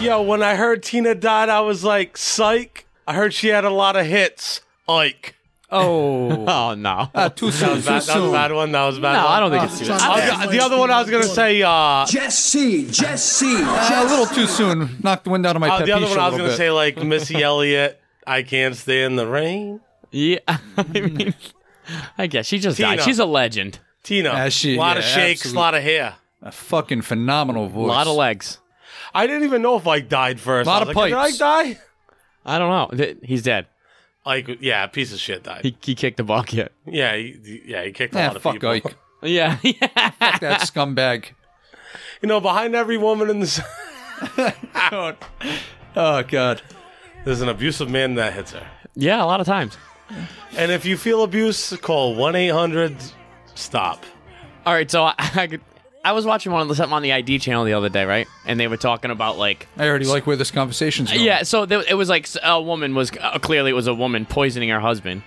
Yo, when I heard Tina died, I was like, psych. I heard she had a lot of hits. Ike. Oh. Oh no. Ah, Uh, too That soon, too was, bad, that was a soon. bad one. That was a bad No, one. Ah, I don't Oh, think it's too Trump- soon. I was- the other one I was gonna say, uh, Jesse, Jesse, Uh, a Jesse. little too soon. Knocked the wind out of my uh, pet the other peeve one I a was little bit. gonna say like Missy Elliott. I can't stay in the rain. Yeah. I mean, I guess she just died. Tina. She's a legend. Tina, Yeah, she- a lot of yeah, shakes, absolute- a lot of hair. A fucking phenomenal A voice. lot of legs. I didn't even know if Ike died first. Lot I of was like, pipes. Did Ike die? I don't know. Th- He's dead. Ike, yeah, piece of shit died. He, he kicked the ball kid. yeah, he, yeah, he kicked a yeah, lot of fuck people. Ike. Yeah. yeah. That scumbag. You know, behind every woman in this, oh Oh, god. there's an abusive man that hits her. Yeah, a lot of times. And if you feel abuse, call one eight hundred stop. All right, so I, I, could, I was watching one of the, something on the ID channel the other day, right? And they were talking about like I already like where this conversation's going. Uh, Yeah, so there, it was like s- a woman was uh, clearly it was a woman poisoning her husband.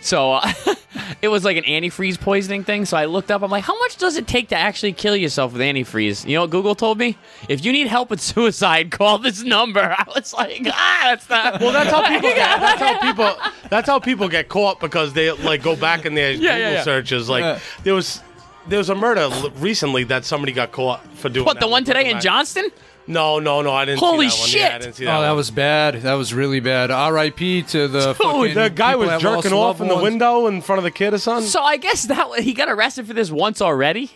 So uh, it was like an antifreeze poisoning thing. So I looked up. I'm like, how much does it take to actually kill yourself with antifreeze? You know what Google told me? If you need help with suicide, call this number. I was like, ah, that's not. Well, that's how people. Get, that's how people. That's how people get caught because they like go back in their Google yeah, yeah. searches. Like Yeah. there was. There was a murder l- recently that somebody got caught for doing. What that the one today in Back- Johnston? No, no, no! I didn't. Holy shit. see that one. Yeah, I didn't see that. Oh, that one. was bad. That was really bad. R.I.P. to the fucking Dude, the guy people was that jerking lost off in the loved ones. window in front of the kid or something. So I guess that wa- he got arrested for this once already,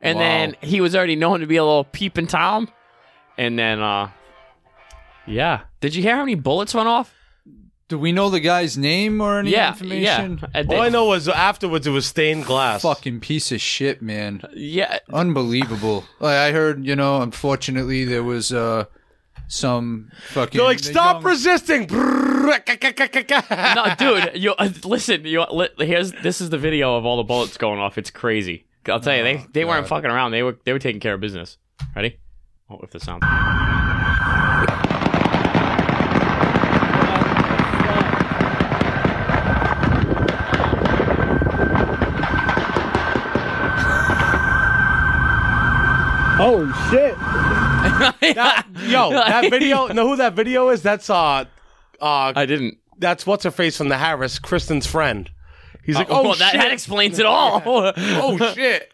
and Wow. then he was already known to be a little peeping tom, and then uh, yeah. Did you hear how many bullets went off? Do we know the guy's name or any yeah, information? yeah. All I know was afterwards it was stained glass. Fucking piece of shit, man. Yeah, Unbelievable. Like, I heard, you know, unfortunately there was uh some fucking They're like, the stop young- resisting. no, dude. You uh, listen. You li- here's this is the video of all the bullets going off. It's crazy. I'll tell you, they they weren't fucking around. They were they were taking care of business. Ready? Oh, if the sound. Oh shit! Yo, that video. Know who that video is? That's uh, uh, I didn't. that's what's her face from the Harris, Kristen's friend. He's like, well, oh Uh, that, that shit, explains it all. oh shit.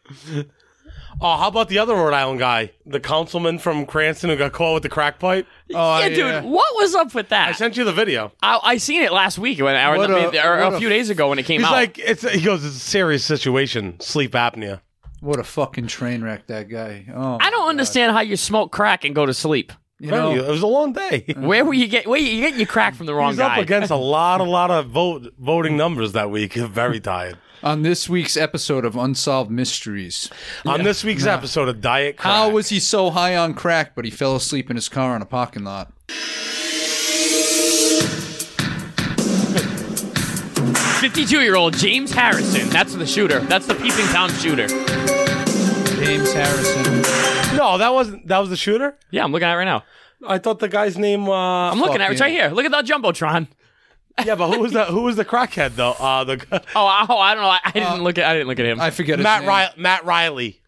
Oh, how about the other Rhode Island guy, the councilman from Cranston who got caught with the crack pipe? Oh, yeah, dude. What was up with that? I sent you the video. I, I seen it last week when or, What the- a- or what a a- few days ago when it came He's out. like, it's he goes, it's a serious situation, sleep apnea. What a fucking train wreck that guy. Oh. I don't understand how you smoke crack and go to sleep. you know, it was a long day. Where were you get? Where you getting your crack from the wrong He's guy? up against a lot, a lot of vote voting numbers that week. Very tired. on this week's episode of Unsolved Mysteries. On this week's episode of Diet Crack. How was he so high on crack but he fell asleep in his car in a parking lot? Fifty-two-year-old James Harrison. That's the shooter. That's the peeping tom shooter. James Harrison. No, that wasn't. That was the shooter. Yeah, I'm looking at it right now. I thought the guy's name. Uh, I'm looking Fuck at it it's yeah. right here. Look at the jumbotron. yeah, but who was the who was the crackhead though? Uh, the Oh, I- oh I don't know. Uh, I, I didn't look at. I didn't look at him. I I, forget his Matt name. Riley. Matt Riley.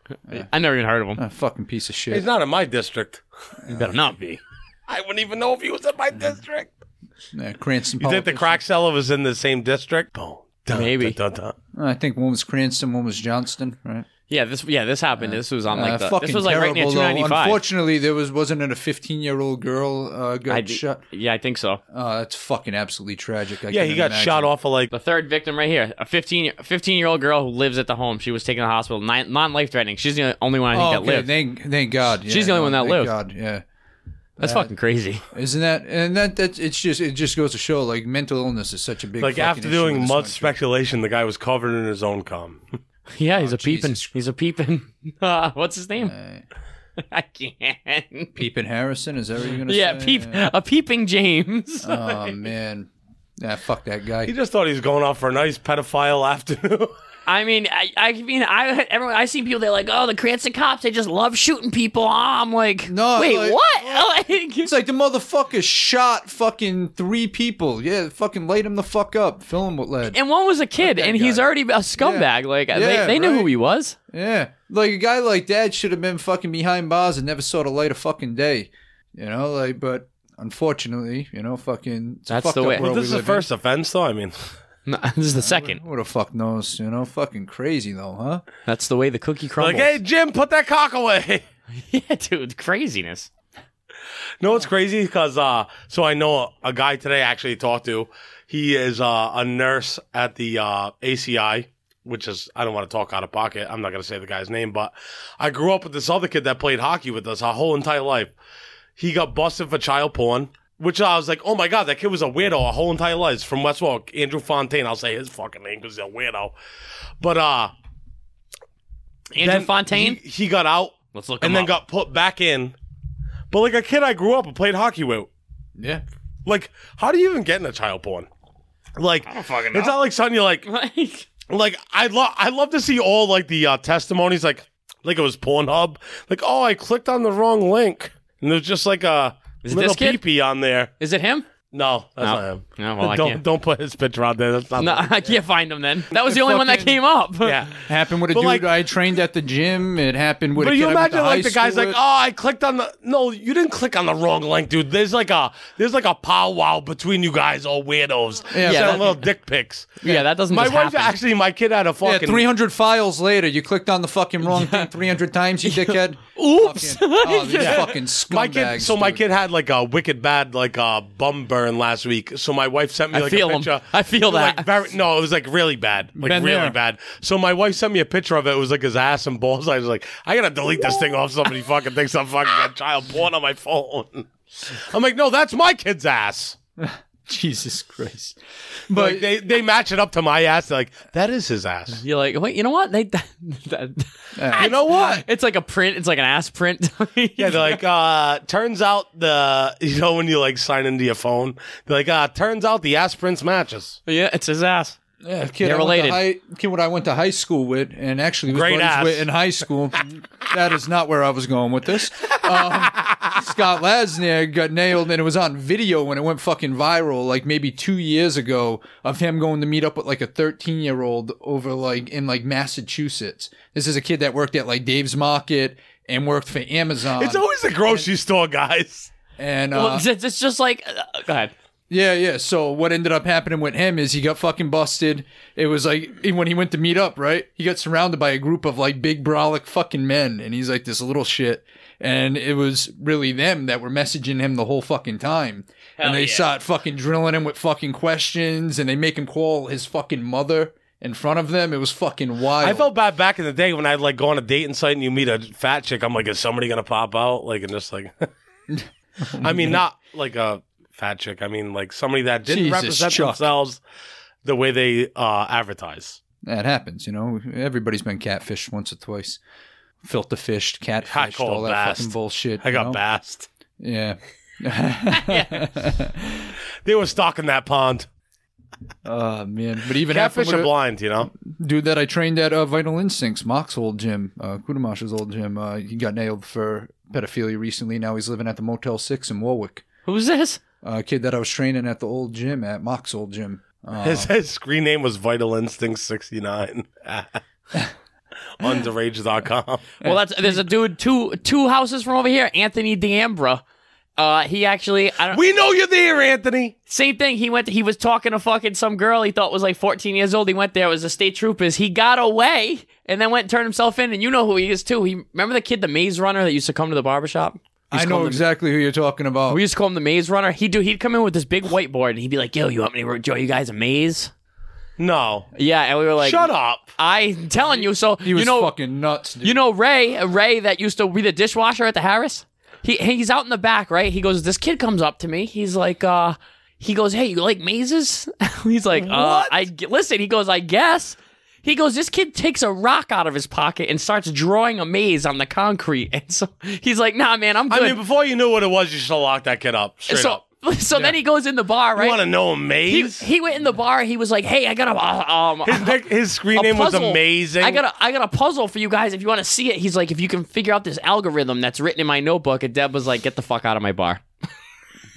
never even heard of him. A fucking piece of shit. He's not in my district. You better not be. I wouldn't even know if he was in my district. Yeah, Cranston. You think the politician. crack seller was in the same district? Boom. Dun, Maybe. dun, dun, dun. I think one was Cranston, one was Johnston, right? Yeah, this. Yeah, this happened. This was on Uh, like the, fucking This was like right near terrible, though. 295. Unfortunately, there was wasn't it a 15 year old girl uh, got I d- shot? yeah, I think so. Oh, that's fucking absolutely tragic. I Yeah, he couldn't got imagine. shot off of like. The third victim right here, a 15, 15 year old girl who lives at the home. She was taken to the hospital, non life threatening. She's the only one I think Oh, that okay. lived. Thank, thank God. She's Yeah, the only no, one that thank lived. God. Yeah, That's fucking crazy. isn't that? And that that it's just it just goes to show like mental illness is such a big Like fucking after issue in doing this much country. speculation, the guy was covered in his own cum. Yeah, he's a Oh, Jesus. peeping. He's a peeping. Uh, what's his name? I can't. Peeping Harrison is that what you're gonna Yeah, say? peep, a peeping James. Oh man, yeah, fuck that He guy. just thought he was going off for a nice pedophile afternoon. I mean, I, I mean, I everyone I see people they're like, oh, the Cranston cops, they just love shooting people. Oh, I'm like, No, wait, Uh, like- what? Like, It's like the motherfucker shot fucking three people. Yeah, fucking light him the fuck up. Fill him with lead. and one was a kid, that and he's guy. already a scumbag. Like, Yeah, they, they knew who right. he was. Yeah. Like a guy like that should have been fucking behind bars and never saw the light of fucking day. You know, like, but unfortunately, you know, fucking. it's a That's fucked the up way. Well, world this we is the live in. first offense, though. I mean, No, this is the second. Who the fuck knows? You know, fucking crazy though, huh? That's the way the cookie crumbles. like, hey, Jim, put that cock away. yeah, dude, craziness. No, it's crazy because uh, so I know a, a guy today I actually talked to. He is uh, a nurse at the uh, ACI, which is I don't want to talk out of pocket. I'm not going to say the guy's name, but I grew up with this other kid that played hockey with us our whole entire life. He got busted for child porn, which I was like, oh my god, that kid was a weirdo our whole entire lives from West Walk. Andrew Fontaine, I'll say his fucking name because he's a weirdo. But uh, Andrew then Fontaine. he, he got out Let's look. and him then up. got put back in. But like a kid I grew up and played hockey with. Yeah. Like, how do you even get into child porn? Like, it's not like something you like. Like, Like, I love, I love to see all like the uh, testimonies, like, like it was Pornhub. Like, oh, I clicked on the wrong link, and there's just like a Is it little this kid? peepee on there. is it him? No, that's No. not him. No, well, I don't can't. don't put his picture out there. That's not. No, him. I can't find him. Then that was the only one that came up. Yeah. Happened with a But, dude like- I trained at the gym. It happened with. But a you kid I went to imagine high like the guy's school like, with. oh, I clicked on the no, you didn't click on the wrong link, dude. There's like a there's like a powwow between you guys, all weirdos. Yeah, Yeah, that- little dick pics. yeah, that doesn't. My just wife happen. actually, my kid had a Yeah, fucking 300 files later, you clicked on the fucking wrong thing 300 times, you dickhead. Oops. Fucking- oh, these Yeah. fucking scumbags. My kid, so my dude. kid had like a wicked bad like uh, bum burn last week. So my wife sent me I like feel a 'em. picture. I feel Like, that. very, no, it was like really bad, like Been really there. bad. So my wife sent me a picture of it. It was like his ass and balls. I was like, I gotta delete this thing off. Somebody fucking thinks I'm fucking got child porn on my phone. I'm like, no, that's my kid's ass. Jesus Christ. But But like, they they match it up to my ass. They're like that is his ass. You're like, wait, you know what? They, that- You know what? it's like a print. It's like an ass print. Yeah, they're like, uh, turns out the, you know, when you like sign into your phone, they're like, uh, turns out the aspirins matches. yeah, it's his ass. yeah, kid, They're I went to related. High, kid, what I went to high school with, and actually was Great buddies ass. with in high school. that is not where I was going with this. Um, Scott Lasner got nailed, and it was on video when it went fucking viral, like maybe two years ago, of him going to meet up with like a 13 year old over like in like Massachusetts. This is a kid that worked at like Dave's Market and worked for Amazon. It's always the grocery store, guys. and uh, Well, it's, it's just like, uh, go ahead. Yeah, yeah. So what ended up happening with him is he got fucking busted. It was like when he went to meet up, right? He got surrounded by a group of like big brolic fucking men, and he's like this little shit. And it was really them that were messaging him the whole fucking time. and they yeah. start fucking drilling him with fucking questions, and they make him call his fucking mother in front of them. It was fucking wild. I felt bad back in the day when I'd like go on a dating site and you meet a fat chick. I'm like, is somebody going to pop out? Like, and just like, I mean, not like a fat chick. I mean, like somebody that didn't Jesus, represent Chuck. themselves the way they uh, advertise. that happens, you know. Everybody's been catfished once or twice. Filter fished, catfished, call all that bast. fucking bullshit. I you got know? bashed. Yeah. They were stocking that pond. Oh man! But even Catfish happened are with blind, you know? a dude that I trained at uh, Vital Instincts, Mock's old gym, uh, Kudamash's old gym. Uh, he got nailed for pedophilia recently. Now he's living at the Motel Six in Warwick. Who's this? A kid that I was training at the old gym at Mock's old gym. Uh, His, his screen name was Vital Instinct 69 on derage.com. Well, that's there's a dude two two houses from over here, Anthony D'Ambra. Uh, he actually, I don't. We know you're there, Anthony. Same thing. He went. He was talking to fucking some girl he thought was like 14 years old. He went there. It was a state troopers. He got away and then went and turned himself in. And you know who he is too. He remember the kid, the Maze Runner, that used to come to the barbershop. I know exactly who you're talking about. We used to call him the Maze Runner. He'd do. He'd come in with this big whiteboard and he'd be like, "Yo, you want me to draw you guys a maze?" No. Yeah, and we were like, Shut up. I'm telling you. So he was you know, fucking nuts. Dude. you know Ray, Ray that used to be the dishwasher at the Harris. He he's out in the back, right? He goes, this kid comes up to me. He's like, uh, he goes, hey, you like mazes? he's like, uh, I g- listen. He goes, I guess. He goes, this kid takes a rock out of his pocket and starts drawing a maze on the concrete. And so he's like, nah, man, I'm good. I mean, before you knew what it was, you should have locked that kid up. Straight so up. so then he goes in the bar, You want right? to know a He, maze? he went in the bar. He was like, hey, I got a uh, um. his, nick- his screen a name was puzzle. amazing. I got a I got a puzzle for you guys if you want to see it. He's like, if you can figure out this algorithm that's written in my notebook, and Deb was like, get the fuck out of my bar.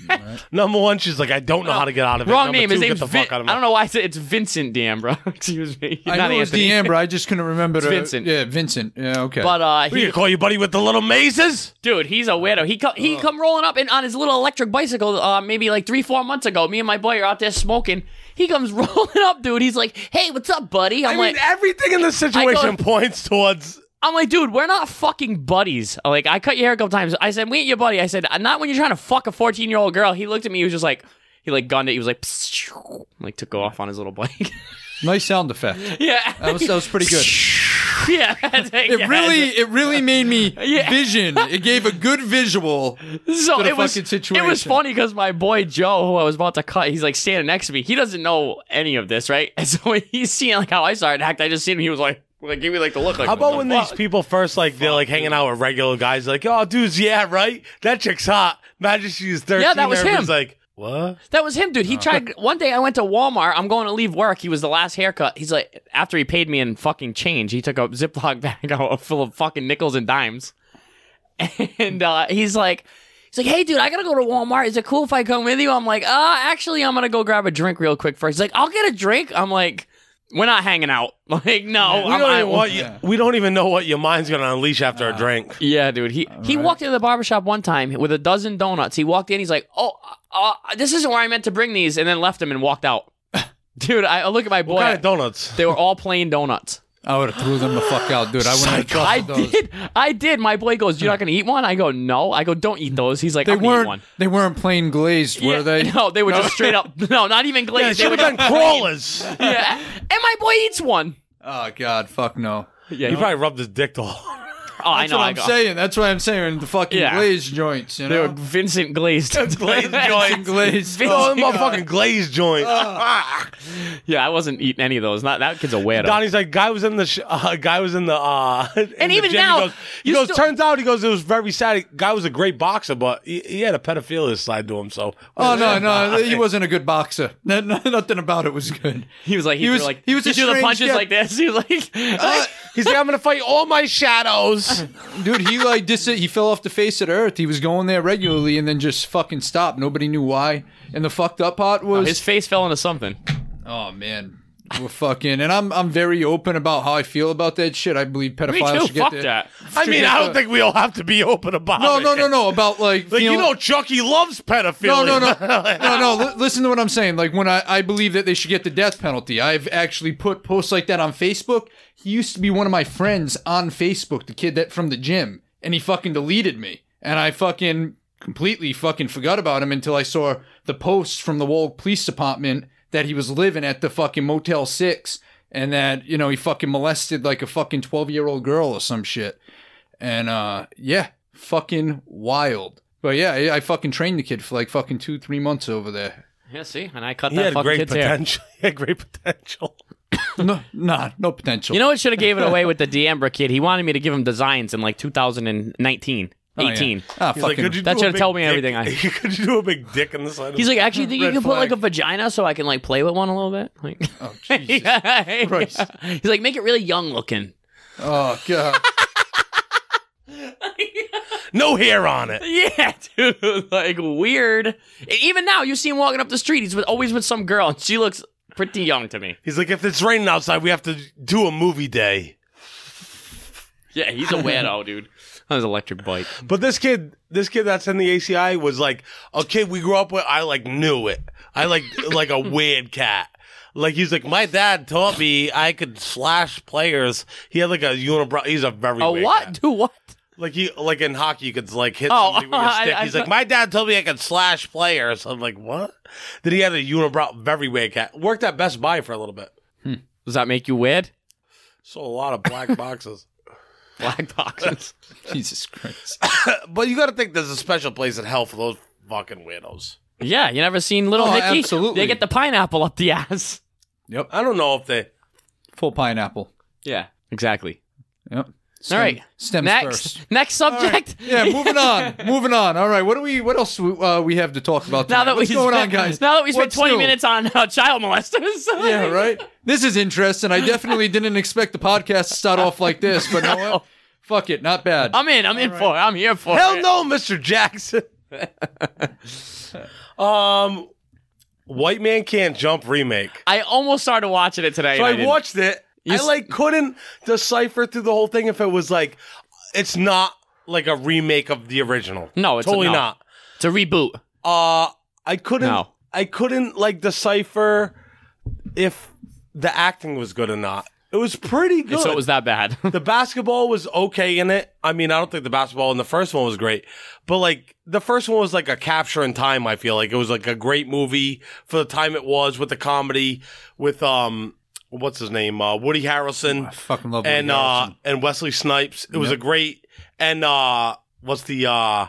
Number one, she's like, I don't know how to get out of it. Wrong Number name. Two, His get name's the Vin- fuck out of I my- don't know why I said it's Vincent D'Ambra. Excuse me. I Not know it was Anthony. D'Ambra. I just couldn't remember. To, Vincent. Yeah, Vincent. Yeah, okay. But uh, We he, can call you buddy with the little mazes. dude, he's a weirdo. He co- Uh-huh. he come rolling up and on his little electric bicycle. Uh, maybe like three four months ago, me and my boy are out there smoking. He comes rolling up, dude. He's like, "Hey, what's up, buddy?" I'm I like, mean, everything in this situation points towards. I'm like, dude, we're not fucking buddies. Like, I cut your hair a couple times. I said, we ain't your buddy. I said, not when you're trying to fuck a 14 year old girl. He looked at me. He was just like, he like gunned it. He was like, pssh, like took off on his little bike. nice sound effect. yeah, That was, that was pretty good. yeah. It really, it really made me Yeah. vision. It gave a good visual. so to the it was fucking situation. it was funny because my boy Joe, who I was about to cut, he's like standing next to me. He doesn't know any of this, right? And so he's seeing like how I started to act. I just seen him. He was like, like give me like the look. Like, How what about the when fuck? these people first like they're like hanging out with regular guys, like, oh, dudes, yeah, right. That chick's hot. Imagine she's thirteen. Yeah, that was him. everybody's Like, what? That was him, dude. He tried. One day I went to Walmart. I'm going to leave work. He was the last haircut. He's like, after he paid me in fucking change, he took a Ziploc bag out full of fucking nickels and dimes. And uh, he's like, he's like, hey, dude, I gotta go to Walmart. Is it cool if I come with you? I'm like, uh, actually, I'm gonna go grab a drink real quick first. He's like, I'll get a drink. I'm like, we're not hanging out. Like, no, We I'm, don't, I- even want you- yeah. we don't even know what your mind's gonna unleash after a drink. Yeah, dude. He he walked into the barbershop one time with a dozen donuts. He walked in, he's like, "Oh, uh, this isn't where I meant to bring these," and then left them and walked out. dude, I, I look at my boy. What kind of donuts? they were all plain donuts. I would have threw them the fuck out, dude. I wouldn't have I trusted those. did. I did. My boy goes, "You're not gonna eat one?" I go, "No." I go, "Don't eat those." He's like, They "I'm gonna eat weren't. one." They weren't plain glazed, were Yeah, they? No, they were just straight up. No, not even Yeah, it glazed. they should were have been just- crawlers. yeah. And my boy eats one. Oh God, fuck no. Yeah, He probably rubbed his dick all. oh, I That's know. what I I'm go, saying. That's what I'm saying. The fucking Yeah. glazed joints, you They know. were Vincent glazed. glazed joints. glazed. Oh, Oh, my fucking glazed joint. yeah, I wasn't eating any of those. Not that kid's a weirdo. Donnie's like, guy was in the, sh- uh, guy was in the, uh, in And the even gym. He now, goes- he you goes, still- turns out, he goes, it was very sad. He- Guy was a great boxer, but he, he had a pedophilia side to him. So, oh no, no, he wasn't a good boxer. No, no, nothing about it was good. He was like, he, He threw, was- like, he was a threw the strange punches guy. like this. He was like, he's like, I'm gonna fight all my shadows. Dude, he like dis- he fell off the face of the earth. He was going there regularly and then just fucking stopped. Nobody knew why. And the fucked up part was his face fell into something. Oh man. We're fucking and I'm I'm very open about how I feel about that shit. I believe Me pedophiles too. should get Fuck their- that. I mean, I don't Uh, think we all have to be open about No, it. no, no, no. About like, Like, you feeling- know, Chucky loves pedophilia. No, no, no, no, no. li- listen to what I'm saying. Like when I, I believe that they should get the death penalty. I've actually put posts like that on Facebook. He used to be one of my friends on Facebook, the kid that from the gym, and he fucking deleted me, and I fucking completely fucking forgot about him until I saw the posts from the Wall Police Department that he was living at the fucking Motel Six, and that you know he fucking molested like a fucking twelve year old girl or some shit. And uh yeah, fucking wild. But yeah, I, I fucking trained the kid for like fucking two, three months over there. Yeah, see, and I cut He that had fucking great kid's hair. potential. He had great potential. No, nah, no potential. You know what should have gave it away with the D'Ambra kid? He wanted me to give him designs in like 2019, Oh, yeah. 18. Ah, He's like, fucking. could you That do a should've big told me dick- everything I- could you do a big dick in the side? of He's the- like, actually, think you Red can put like a flag. vagina so I can like play with one a little bit? Like, oh, Jesus. yeah. Christ. He's like, make it really young looking. oh god. no hair on it. Yeah, dude, like weird. And even now, you see him walking up the street. He's with, always with some girl, and she looks pretty young to me. He's like, if it's raining outside, we have to do a movie day. Yeah, he's a weirdo, dude. On his electric bike. But this kid, this kid that's in the ACI was like a kid we grew up with. I like knew it. I like like a weird cat. Like he's like my dad taught me I could slash players. He had like a unibrow. He's a very A weird what? cat. Do what? Like he like in hockey you could like hit Oh, somebody with your I- stick. I he's thought- like my dad told me I could slash players. I'm like what? Then he had a unibrow. Very weird cat. Worked at Best Buy for a little bit. Hmm. Does that make you weird? Sold a lot of black boxes. Black boxes. Jesus Christ. But you got to think there's a special place in hell for those fucking weirdos. yeah, you never seen Little Oh, Nicky? absolutely. They get the pineapple up the ass. Yep. I don't know if they. Full pineapple. Yeah, exactly. Yep. All right. Stems Next, first. next subject. Yeah, moving on. Moving on. All right. What do we? What else we, uh, we have to talk about? Now tonight? that we What's going spent, on, guys? Now that we spent What's 20 new? minutes on uh, child molesters. Yeah, right. This is interesting. I definitely didn't expect the podcast to start off like this, but no, what? fuck it, not bad. I'm in. I'm in for it. I'm here for it. Hell no, Mr. Jackson. Um, White Man Can't Jump remake. I almost started watching it today. So and I, didn't. watched it. I s- like couldn't decipher through the whole thing if it was like it's not like a remake of the original. No, it's a- totally no. not. It's a reboot. Uh I couldn't No. I couldn't like decipher if the acting was good or not. It was pretty good. So it was that bad. the basketball was okay in it. I mean, I don't think the basketball in the first one was great, but like the first one was like a capture in time. I feel like it was like a great movie for the time it was with the comedy with um what's his name uh, Woody Harrelson Oh, I fucking love Woody and Harrelson. uh and Wesley Snipes. It was a great and uh what's the uh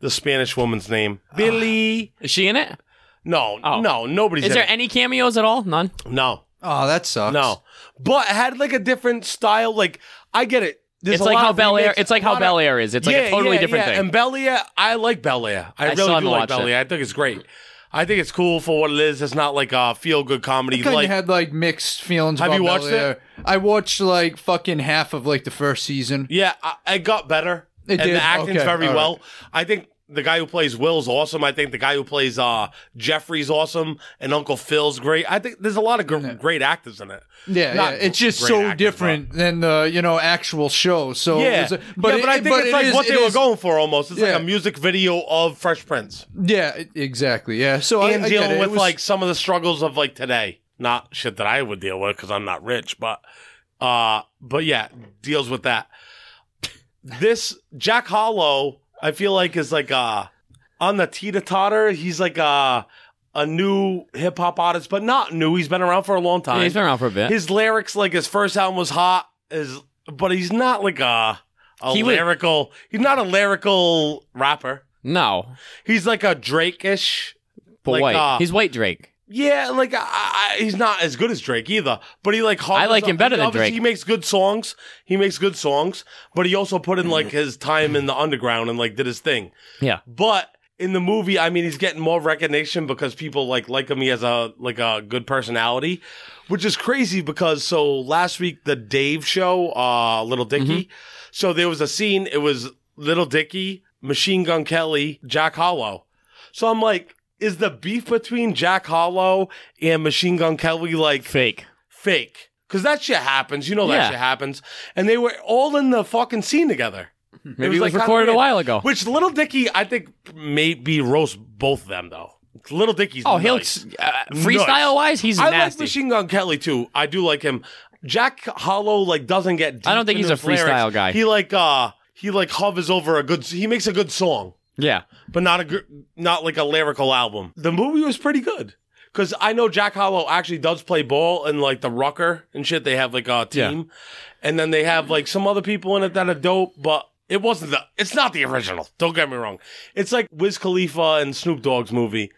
the Spanish woman's name Billy. Uh, Is she in it? No, Oh. no, nobody's Is in there it. any cameos at all? None. no, Oh, that sucks. no, but it had like a different style. Like I get it. There's it's a like lot how of Bel Air. remakes, It's like a how lot Bel of- Air is. It's like a totally different thing. And Bel Air, I like Bel Air. I, I still really do haven't like watched Bel it. Air. I think it's great. I think it's cool for what it is. It's not like a feel good comedy. Kind Like of had like mixed feelings. Have about you watched Bel Air. I watched like fucking half of like the first season. Yeah, I, it got better. It and did? the acting's Okay, very all well. I think the guy who plays Will's awesome. I think the guy who plays uh, Jeffrey's awesome, and Uncle Phil's great. I think there's a lot of gr- great actors in it. Yeah, Not yeah. it's just great so actors, different than the you know actual show. So it Yeah, was a- but, yeah, it- but I think it's it like is- what they it were is- going for almost. It's Yeah. like a music video of Fresh Prince Yeah, e- exactly. Yeah. So I- and I, get dealing it. It with was- like some of the struggles of like today. Not shit that I would deal with because I'm not rich, but uh, but yeah, deals with that. This Jack Hollow, I feel like is like uh on the teeter totter. He's like uh a new hip hop artist, but not new. He's been around for a long time. Yeah, he's been around for a bit. His lyrics, like his first album was hot, is but he's not like a a He was- lyrical. He's not a lyrical rapper. no, He's like a Drake ish but Like, white. uh, He's white Drake. yeah, like I, I, he's not as good as Drake either, but he like I like hardens- him better than obviously Drake. He makes good songs. He makes good songs, but he also put in like his time in the underground and like did his thing. Yeah. But in the movie, I mean, he's getting more recognition because people like like him. He has a like a good personality, which is crazy because so last week the Dave show, uh, Little Dicky. Mm-hmm. So there was a scene. It was Little Dicky, Machine Gun Kelly, Jack Hollow. So I'm like, is the beef between Jack Hollow and Machine Gun Kelly like Fake. fake? Because that shit happens. You know that Yeah. shit happens. And they were all in the fucking scene together. Maybe it was, like, recorded kinda a weird. while ago. Which Little Dicky, I think, maybe roast both of them though. Little Dicky's Oh, nice. he looks uh, freestyle wise. He's I like nasty. Machine Gun Kelly too. I do like him. Jack Hollow like doesn't get. Deep I don't think into he's a his lyrics. freestyle guy. He like uh he like hovers over a good. He makes a good song, yeah, but not a gr- not like a lyrical album. The movie was pretty good because I know Jack Hollow actually does play ball and like the Rucker and shit. They have like a Yeah. team, and then they have like some other people in it that are dope, but. It wasn't the. It's not the original. Don't get me wrong. It's like Wiz Khalifa and Snoop Dogg's movie.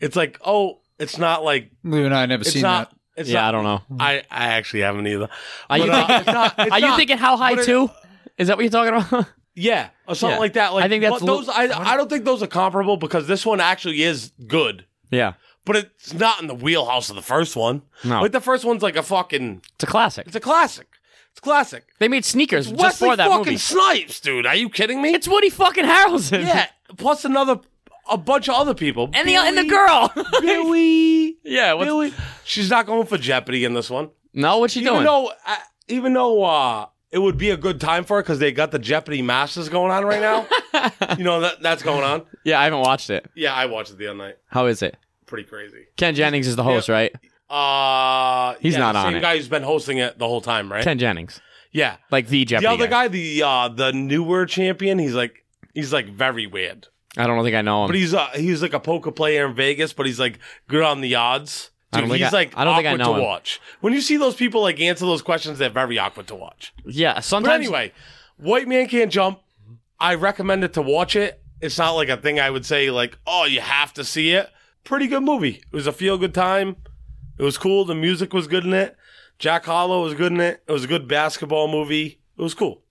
It's like, oh, it's not like Lou and I never it's seen not. that. It's yeah. not, I don't know. I, I actually haven't either. Are you, But, uh, thinking, it's not- it's are you not- thinking how high but it- too? Is that what you're talking about? Yeah, or something Yeah. like that. Like I think that's but a those. little- I, I don't think those are comparable because this one actually is good, yeah, but it's not in the wheelhouse of the first one. No. like the first one's like a fucking. it's a classic. It's a classic. It's classic. They made sneakers just Wesley for that fucking movie. Snipes, dude. Are you kidding me? It's Woody fucking Harrelson. yeah. Plus another, a bunch of other people. and the and the Billy, girl. Billy. yeah. What's, Billy. She's not going for Jeopardy in this one. no, what's she even doing? though I, even though uh, it would be a good time for it because they got the Jeopardy Masters going on right now. you know that that's going on. yeah, I haven't watched it. Yeah, I watched it the other night. How is it? Pretty crazy. Ken Jennings is the host, right? Uh, He's yeah, not the on Same it. guy who's been hosting it the whole time, right? Ken Jennings, Yeah. like the The Jeopardy. other guy, the uh, the newer champion, he's like he's like very weird, I don't think I know him. but he's uh, he's like a poker player in Vegas, but he's like good on the odds. I don't Dude, think he's I- like I don't think I awkward know to him. watch. When you see those people like answer those questions, they're very awkward to watch. yeah, But sometimes anyway, White Man Can't Jump. I recommend it to watch it. It's not like a thing I would say like, oh, you have to see it. Pretty good movie. It was a feel good time. It was cool. The music was good in it. Jack Hollow was good in it. It was a good basketball movie. It was cool.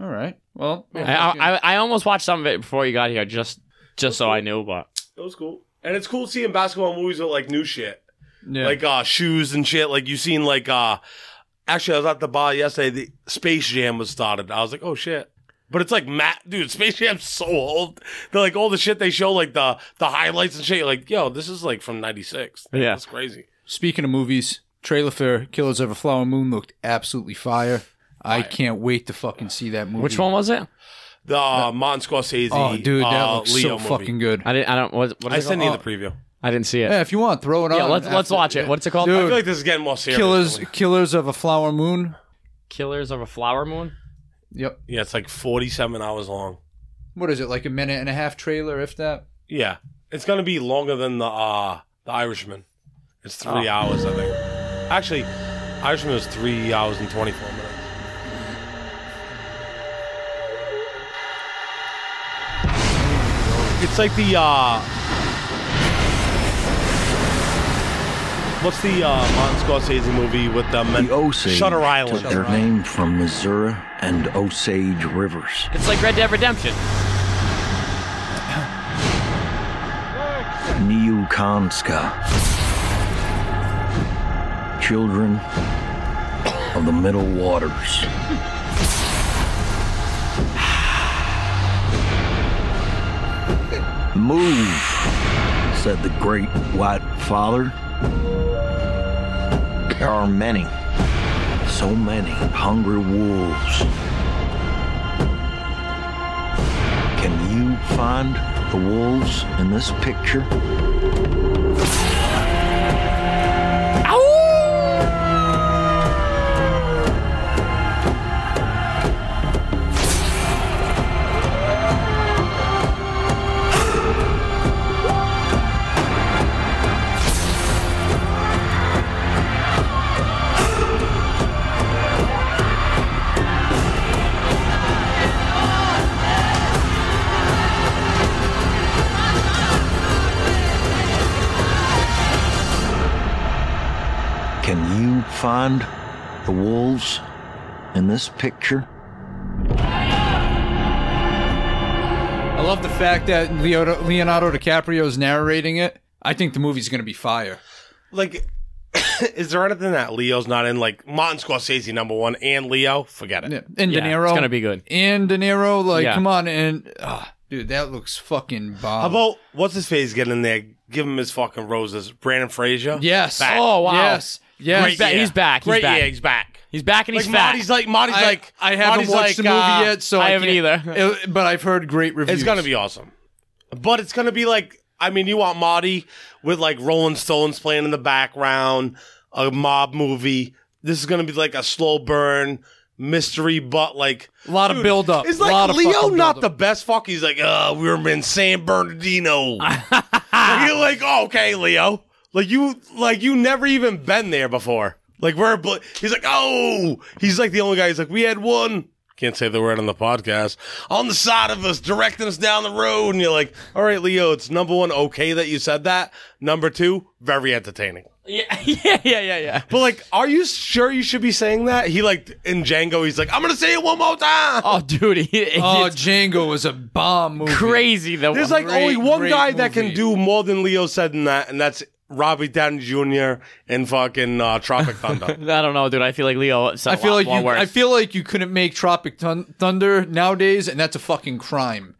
All right. Well, I, I I almost watched some of it before you got here, just just so I knew. But It was cool. And it's cool seeing basketball movies with like new shit. yeah. Like uh shoes and shit. Like you seen like uh actually I was at the bar yesterday, the Space Jam was started. I was like, oh shit. But it's like Matt, dude. Space Jam's so old. They're like all the shit they show, like the the highlights and shit. You're like, yo, this is like from '96. Yeah. that's crazy. Speaking of movies, trailer for Killers of a Flower Moon looked absolutely fire. I can't wait to fucking see that movie. Which one was it? The uh, Martin Scorsese, Oh, dude, that uh, looks Leo so movie. fucking good. I didn't. I don't. What, what I is it sent called? you the preview. I didn't see it. Yeah, if you want, throw it on. Yeah, let's let's after- watch it. What's it called? I Dude. feel like this is getting more serious. Killers, Killers of a Flower Moon. Killers of a Flower Moon. Yep. Yeah, it's like 47 hours long. What is it? Like a minute and a half trailer, if that. Yeah, it's gonna be longer than the uh the Irishman. It's three Oh. hours, I think. Actually, Irishman was three hours and 24 minutes. It's like the uh. What's the uh, Martin Scorsese movie with the men? The Osage Shutter Island. took their name from Missouri and Osage rivers. It's like Red Dead Redemption. Niukanska. Children of the Middle Waters. Move, said the great white father. There are many, so many hungry wolves. Can you find the wolves in this picture? Can you find the wolves in this picture? I love the fact that Leo- Leonardo DiCaprio is narrating it. I think the movie's going to be fire. Like, is there anything that Leo's not in? Like Martin Scorsese number one and Leo, forget it. Yeah, And Yeah, De Niro. it's gonna be good. And De Niro, like, Yeah. come on. And, ah, dude, that looks fucking bomb. How about what's his face getting in there? Give him his fucking roses. Brandon Fraser. Yes. Back. Oh wow. Yes. Yes. He's, ba- year. he's back. He's Great back. year, he's back. He's back and Like he's fat. Marty's like Marty's I, like I haven't Marty's watched like, the movie uh, yet, so I I, haven't can't- either. It- but I've heard great reviews. It's gonna be awesome, but it's gonna be like I mean, you want Marty with like Rolling Stones playing in the background, a mob movie. This is gonna be like a slow burn mystery, but like a lot of build up. It's like lot of Leo, fucking not buildup. the best. Fuck, he's like, uh, we were in San Bernardino. Like, you're like, oh, okay, Leo. Like you, like you never even been there before. Like we're, bl- he's like, oh, he's like the only guy. He's like, we had one. Can't say the word on the podcast. On the side of us, directing us down the road, and you're like, all right, Leo. It's number one, okay that you said that. Number two, very entertaining. yeah, yeah, yeah, yeah, yeah. But like, are you sure you should be saying that? He like in Django, he's like, I'm gonna say it one more time. Oh, dude, he, Oh, it's Django was a bomb movie. crazy though. There's like Great, only one great guy that can movie. do more than Leo said in that, and that's Robbie Downey Jr. in fucking uh, Tropic Thunder. I don't know, Oh, dude. I feel like Leo. I feel like you. I feel like you couldn't make Tropic Thun- Thunder nowadays, and that's a fucking crime.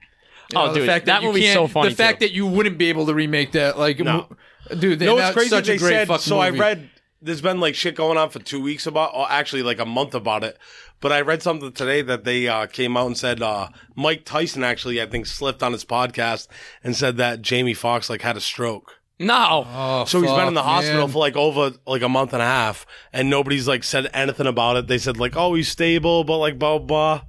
You Oh, know, dude, the fact that you movie's can't- so funny, The fact too. that you wouldn't be able to remake that, like, No. mo- dude, no, that's it's crazy. such they a great said fucking so. I movie. read there's been like shit going on for two weeks about, or actually like a month about it. But I read something today that they uh, came out and said uh, Mike Tyson actually I think slipped on his podcast and said that Jamie Foxx like had a stroke. no. Oh, So he's been in the fuck, hospital man. for like over like a month and a half, and nobody's like said anything about it. They said like, "Oh, he's stable," but like blah blah.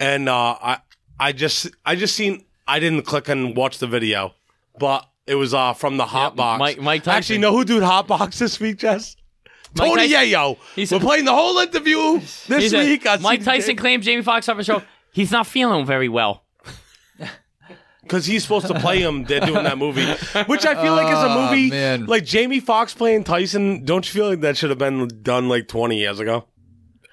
And uh, I I just I just seen I didn't click and watch the video, but it was uh from the hot box. Mike- Mike Tyson. Actually, know who did hot box this week, Jess? Mike Tony Tyson- Yayo. He's- We're playing the whole interview He this said, week. on Mike CJ. Tyson claimed Jamie Foxx off a show. He's not feeling very well. because he's supposed to play him. They're doing that movie, which I feel like is a Ah, movie man. like Jamie Foxx playing Tyson. Don't you feel like that should have been done like twenty years ago?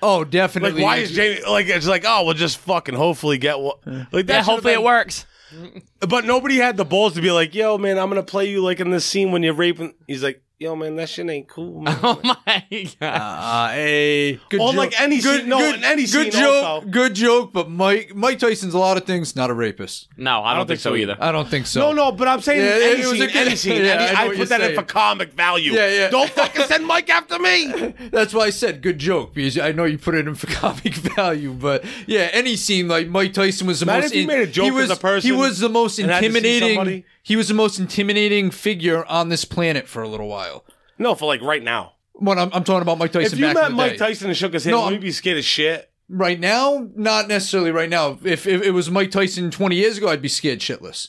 Oh, Like, definitely. why is Jamie like? It's like, oh, we'll just fucking hopefully get what. Like that. Yeah, hopefully it works. works. But nobody had the balls to be like, yo, man, I'm gonna play you like in this scene when you're raping. He's like, yo, man, that shit ain't cool. Man. Oh my god! Uh, hey, good On, like, any scene- no, in any good scene joke, also. good joke. But Mike, Mike Tyson's a lot of things, not a rapist. No, I don't, think, so either. I don't think so. No, no, but I'm saying Yeah, it any, was a scene, good- any scene, Yeah, any- I know I, what put you're that in for saying. comic value. Yeah, yeah. Don't fucking send Mike after me. That's why I said good joke because I know you put it in for comic value, but yeah, any scene like Mike Tyson was the Imagine most. if you made a joke he as was a person he was the most and had to see intimidating. somebody. He was the most intimidating figure on this planet for a little while. No, for like right now. When I'm, I'm talking about Mike Tyson, If you back met in the Mike day. Tyson and shook his hand, No, would I'm- you be scared as shit? right now, not necessarily right now. If, if it was Mike Tyson 20 years ago, I'd be scared shitless.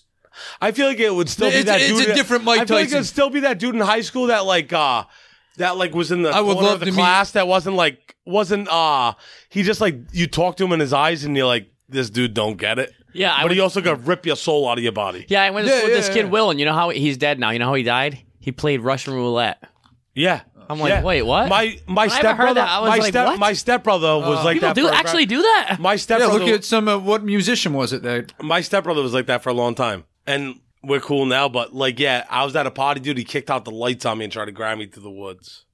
I feel like it would still be It's- that it's dude. a different Mike I feel like Tyson. it'd still be that dude in high school that like uh that like was in the I would corner love of the to meet- class that wasn't like wasn't uh he just like you talk to him in his eyes and you're like this dude don't get it. Yeah, I but he would- also could rip your soul out of your body. Yeah, I went to Yeah, school with yeah, this kid yeah. Will, and you know how he's dead now. You know how he died? He played Russian roulette. Yeah. I'm like, Yeah. wait, what? My my When I ever heard stepbrother that, I was my like, step what? my stepbrother was like People that. do for a- actually do that. my Uh, Yeah, stepbrother look at some. Uh, what musician was it that? my stepbrother was like that for a long time. And we're cool now, but like, yeah, I was at a party, dude. He kicked out the lights on me and tried to grab me through the woods.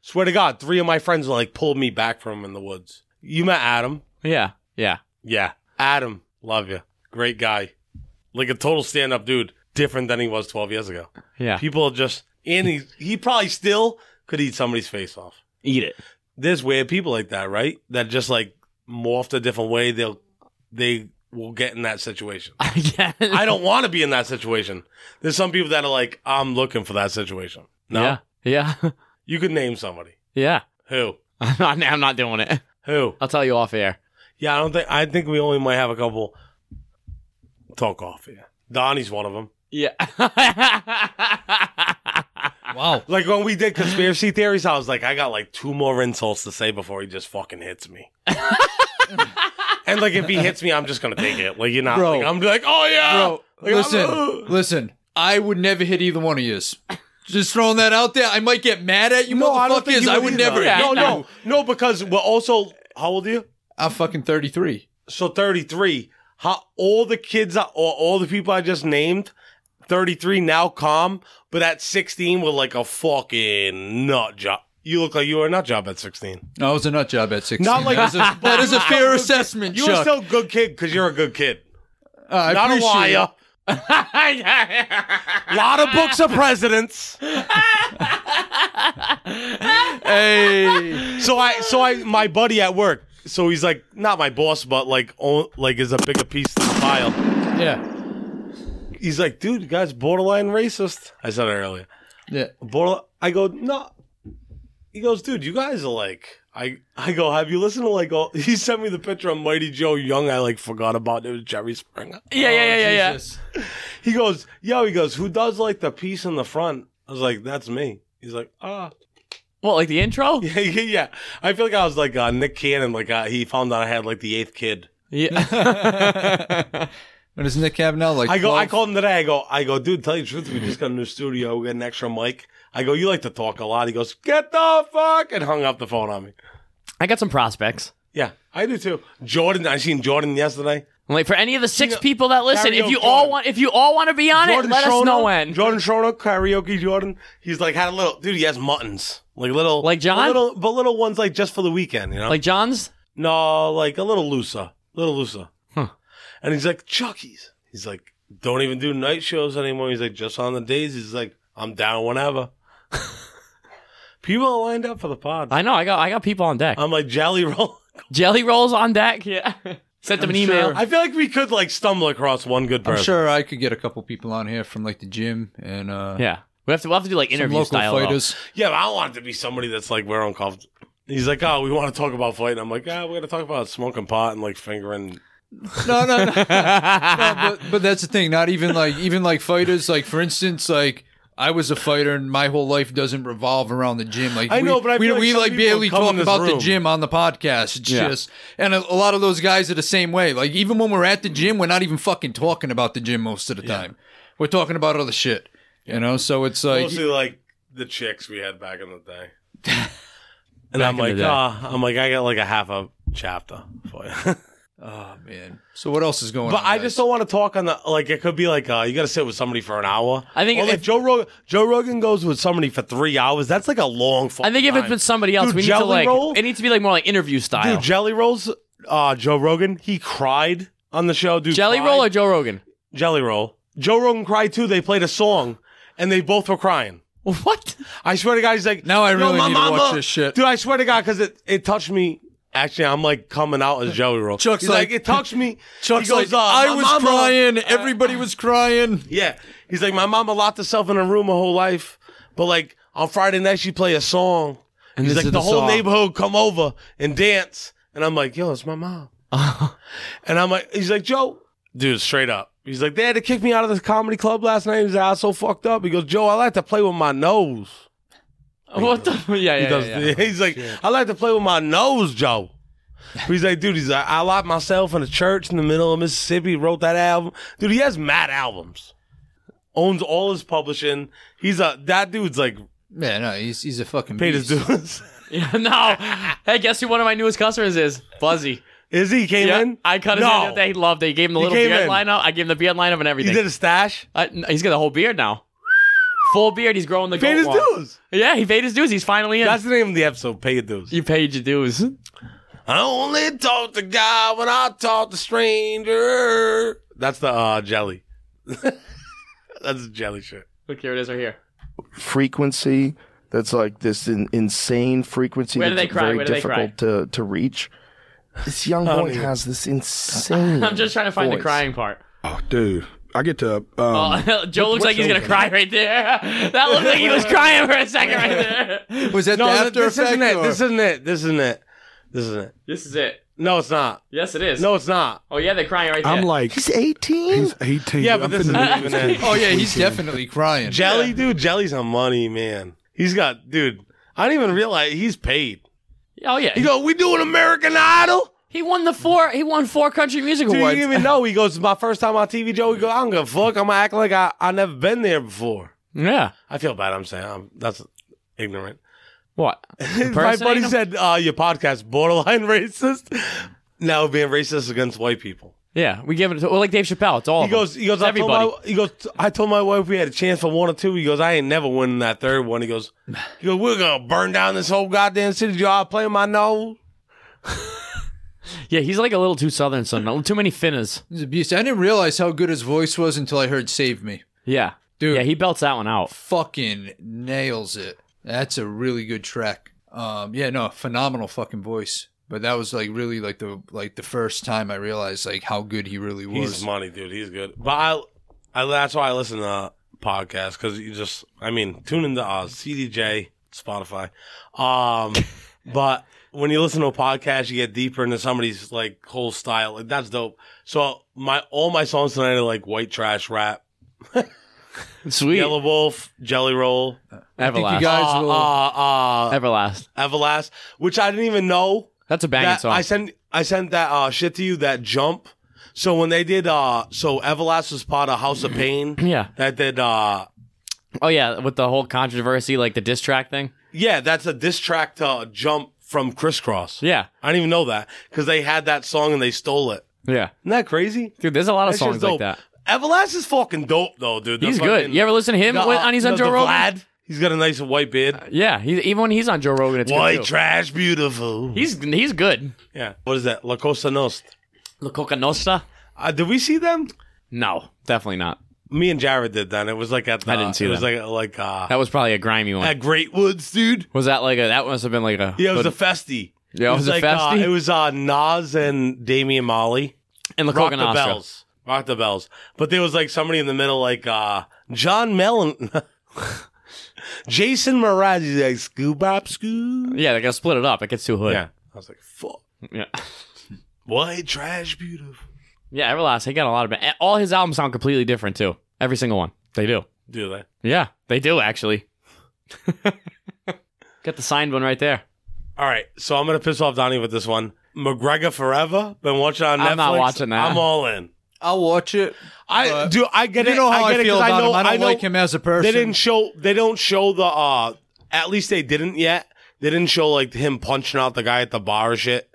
Swear to God, three of my friends like pulled me back from him in the woods. You met Adam. yeah, yeah. Yeah. Adam, love you. Great guy. Like a total stand up dude. Different than he was 12 years ago. Yeah. People just, and he, he probably still could eat somebody's face off. Eat it. There's weird people like that, right? That just like morphed a different way. They'll, they will get in that situation. I guess. I don't want to be in that situation. There's some people that are like, I'm looking for that situation. No, Yeah. Yeah. you could name somebody. yeah. Who? I'm not, I'm not doing it. Who? I'll tell you off air. Yeah, I don't think. I think we only might have a couple. Talk off here. Donnie's one of them. Yeah. Wow. Like when we did conspiracy theories, I was like, I got like two more insults to say before he just fucking hits me. and like if he hits me, I'm just gonna take it. Like you're not. Bro. like, I'm like, oh yeah. Bro, Like, I'm- listen, listen. I would never hit either one of yours. Just throwing that out there. I might get mad at you, no, I don't think motherfuckers. you I would either. never. No, hit no, you. no, because we're also. How old are you? I'm fucking 33. so 33 how all the kids are, or all the people i just named 33 now calm but at 16 were like a fucking nut job you look like you were a nut job at 16 No, I was a nut job at 16. Not like- that is a, that is a fair assessment, you Chuck. were still a good kid because you're a good kid Uh, I not a appreciate liar a lot of books of presidents it. Hey, so i so i my buddy at work so he's like not my boss but like own, like is a bigger piece to the pile yeah, he's like dude you guys borderline racist i said it earlier yeah. Borla, I go, no. He goes, dude, you guys are like, I, I go, have you listened to like all? He sent me the picture of Mighty Joe Young. I like forgot about it was Jerry Springer. yeah, yeah, yeah, yeah, yeah. Jesus. He goes, yo, he goes, who does like the piece in the front? I was like, that's me. He's like, ah, What, like the intro? yeah, yeah, yeah. I feel like I was like uh, Nick Cannon. Like uh, he found out I had like the eighth kid. Yeah. What is Nick Cavanaugh like? I go, I 12? called him today. I go, I go, dude, tell you the truth, we just got a new studio. We got an extra mic. I go, you like to talk a lot. He goes, get the fuck, and hung up the phone on me. I got some prospects. Yeah, I do too. Jordan, I seen Jordan yesterday. I'm like for any of the six know, people that listen, Dario if you Jordan. all want, if you all want to be on Jordan it, let Schroeder, us know when. Jordan Schroeder, karaoke Jordan. He's like had a little dude. He has muttons, like little, Like John? little, but little ones like just for the weekend, you know. Like John's. no, like a little looser, little looser. And he's like Chucky's. He's like, don't even do night shows anymore. He's like, just on the days. He's like, I'm down whenever. People are lined up for the pod. I know. I got I got people on deck. I'm like Jolly Roll. Jelly rolls on deck. Yeah. Sent them an email. I feel like we could like stumble across one good I'm person. sure I could get a couple people on here from like the gym and uh, yeah. We have to. We will have to do like some interview local style. though. fighters. Yeah, but I don't want it to be somebody that's like we're uncomfortable. He's like, oh, we want to talk about fighting. I'm like, ah, we're gonna talk about smoking pot and like fingering. no, no, no. no but, but that's the thing. Not even like even like fighters. Like for instance, like I was a fighter, and my whole life doesn't revolve around the gym. Like I we, know, but I we, feel like we some like people barely come in talk this about room. the gym on the podcast. It's Yeah. just, and a, a lot of those guys are the same way. Like even when we're at the gym, we're not even fucking talking about the gym most of the time. We're talking about other shit. You know, so it's like Mostly like the chicks we had back in the day. and Back I'm in the like, day. ah, I'm like, I got like a half a chapter for you. Oh man. So what else is going on? But I guys? just don't want to talk on the like. It could be like uh, you got to sit with somebody for an hour. I think Or, like, if- Joe Rogan, Joe Rogan goes with somebody for three hours. That's like a long. I think if it's with somebody else, Dude, we need to Jelly like Roll? it needs to be like more like interview style. dude, Jelly Rolls, uh, Joe Rogan, he cried on the show. Dude, Jelly cried. Roll or Joe Rogan? Jelly Roll. Joe Rogan cried too. They played a song, and they both were crying. What? I swear to God, he's like, Now I "Yo, really my need to watch mama." this shit. dude. I swear to God, because it, it touched me. Actually, I'm like coming out as Jelly Roll. Chuck's He's like, like- it touched me. Chuck's he like, goes, uh, I "My was mama." Uh, crying. Everybody was crying. Yeah. He's like, my mama locked herself in a room her whole life, but like on Friday night she play a song. And He's this like, is the, the whole song." neighborhood come over and dance. And I'm like, yo, it's my mom. and I'm like, he's like, Joe, dude, straight up. He's like, they had to kick me out of the comedy club last night. He's like, I was so fucked up. He goes, Joe, I like to play with my nose. What the? Yeah, yeah, He yeah, does- yeah. He's like, I like to play with my nose, Joe. He's like, dude, he's like, I locked myself in a church in the middle of Mississippi, wrote that album. Dude, he has mad albums. Owns all his publishing. He's a that dude's like Man, no, he's he's a fucking paid his beast. dues. Yeah, no. Hey, guess who one of my newest customers is? Buzzy. Is he He came Yeah, in? I cut his hair the no. other day. He loved it. He gave him the little came beard in. lineup. I gave him the beard lineup and He everything. did a stash. I- n- he's got a whole beard now. Full beard. He's growing the Paid goat his long. dues. Yeah, he paid his dues. He's finally in. That's the name of the episode. Pay your dues. you paid your dues. I only talk to God when I talk to stranger. That's the uh, jelly. That's jelly shit. Look, here it is right here. frequency that's like this in, insane frequency Where do that's they cry? very Where do they cry? difficult to, to reach. This young boy even- has this insane. I'm just trying to find the voice. crying part. Oh, Dude, I get to. Um, Oh, Joe looks like he's going to cry right there. That looked like he was crying for a second right there. Was that No, the after this effect? isn't it. or- This isn't it. This isn't it. This isn't it. This is it. No, it's not. Yes, it is. No, it's not. Oh, yeah, they're crying right there. I'm like, He's 18. he's 18. Yeah, I'm but this finna- isn't even it. oh yeah, he's definitely crying. Jelly, dude, Jelly's a money man. He's got, dude. I didn't even realize he's paid. oh, yeah. He go, we doing American Idol. He won the four. He won four country music Dude, you awards. didn't even know. He goes, it's my first time on TV, Joe. He go, I don't give a fuck. I'm gonna act like I I never been there before. yeah. I feel bad. I'm saying I'm, that's ignorant. What? My buddy Impersonating him? said uh, your podcast borderline racist. Now being racist against white people. Yeah, we give it to well, like Dave Chappelle. It's all. He of 'em. goes. He goes. It's I told everybody. my. He goes. I told my wife we had a chance for one or two. He goes. I ain't never winning that third one. He goes. He goes. We're gonna burn down this whole goddamn city. Y'all playing my nose. yeah, he's like a little too southern, son. A little too many finnas. He's a beast. I didn't realize how good his voice was until I heard "Save Me." Yeah, Dude. Yeah, he belts that one out. Fucking nails it. That's a really good track. Um, yeah, no, phenomenal fucking voice. But that was like really like the like the first time I realized like how good he really He's was. money, dude. He's good. But I, I that's why I listen to podcasts because you just. I mean, tune into uh, CDJ, Spotify. Um, but when you listen to a podcast, you get deeper into somebody's like whole style. Like that's dope. So my all my songs tonight are like white trash rap. Sweet. Yellow Wolf, Jelly Roll, I think you Everlast. guys uh, will. uh, uh, Everlast. Everlast, which I didn't even know. That's a banging that- song. I sent I sent that uh, shit to you that jump. So when they did uh so Everlast was part of House of Pain. Yeah. That did uh oh yeah, with the whole controversy, like the diss track thing. yeah, that's a diss track to uh, jump from Crisscross. Yeah, I didn't even know that because they had that song and they stole it. yeah. Isn't that crazy? Dude, there's a lot of That shit's songs like dope. that. Everlast is fucking dope though, dude. The He's fucking- good. You ever listen to him the, when, uh, on he's on the- Joe the Rogan? Uh, Vlad. He's got a nice white beard. Yeah, he's, even when he's on Joe Rogan, it's White good too. trash, beautiful. He's he's good. yeah. What is that? La Cosa Nostra. La Coca Nostra? Uh, did we see them? No, definitely not. Me and Jared did that. and It was like at the, I didn't see It was that. like like uh, That was probably a grimy one. at Great Woods, dude. Was that like a? That must have been like a. Yeah, it was good- a festy. Yeah, it was a like, festy? Uh, it was uh, Nas and Damian Molly. and La Rock Coca the Nostra. bells. Rock the bells. But there was like somebody in the middle, like uh, John Mellon. Jason Mraz, he's like, scoop up, scoop. Yeah, they gotta split it up. It gets too hood. Yeah. I was like, fuck. yeah. White trash, beautiful. Yeah, Everlast. He got a lot of ba- all his albums sound completely different too. Every single one. They do. Do that. Yeah, they do actually. got the signed one right there. All right, so I'm gonna piss off Donnie with this one. McGregor Forever. Been watching on Netflix. I'm not watching that. I'm all in. I'll watch it. I But- do. I get You it. know how I, I, get it feel 'cause about I know, him. I don't know- like him as a person. They didn't show. They don't show the. uh At least they didn't yet. They didn't show like him punching out the guy at the bar or shit.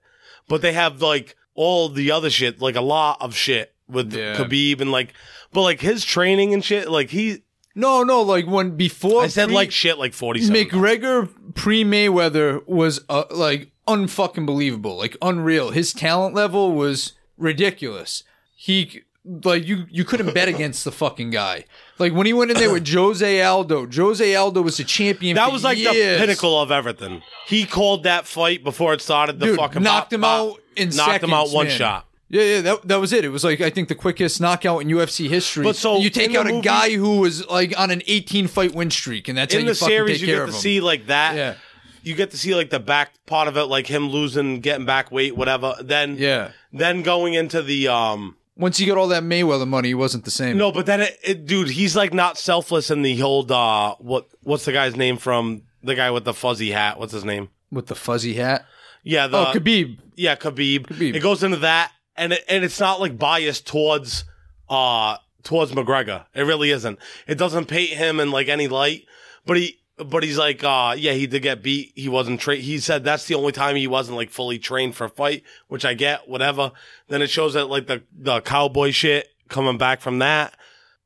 But they have like all the other shit, like a lot of shit with Yeah. Khabib and like, but like his training and shit, like he, No, no, like when before I said pre- like shit like 47. McGregor pre Mayweather was uh, like unfucking believable, like unreal. His talent level was ridiculous. He like you you couldn't bet against the fucking guy. Like when he went in there with Jose Aldo, Jose Aldo was a champion. that for was like the years. pinnacle of everything. He called that fight before it started. The Dude, fucking knocked pop- him pop- out in knocked him out seconds, one man. shot. Yeah, yeah, that, that was it. It was like I think the quickest knockout in UFC history. But so, you take in the out a movie- guy who was like on an 18 fight win streak, and that's how in you the fucking series take you care get of to him. see like that Yeah. you get to see like the back part of it like him losing getting back weight whatever then Yeah. then going into the um Once he got all that Mayweather money, he wasn't the same. no but then it, it dude he's like not selfless in the old uh what what's the guy's name from the guy with the fuzzy hat what's his name with the fuzzy hat. yeah the oh, Khabib. yeah Khabib. Khabib. it goes into that and it, and it's not like biased towards uh towards McGregor it really isn't it doesn't paint him in like any light but he but he's like uh yeah he did get beat he wasn't tra- he said that's the only time he wasn't like fully trained for a fight which I get whatever then it shows that like the the cowboy shit coming back from that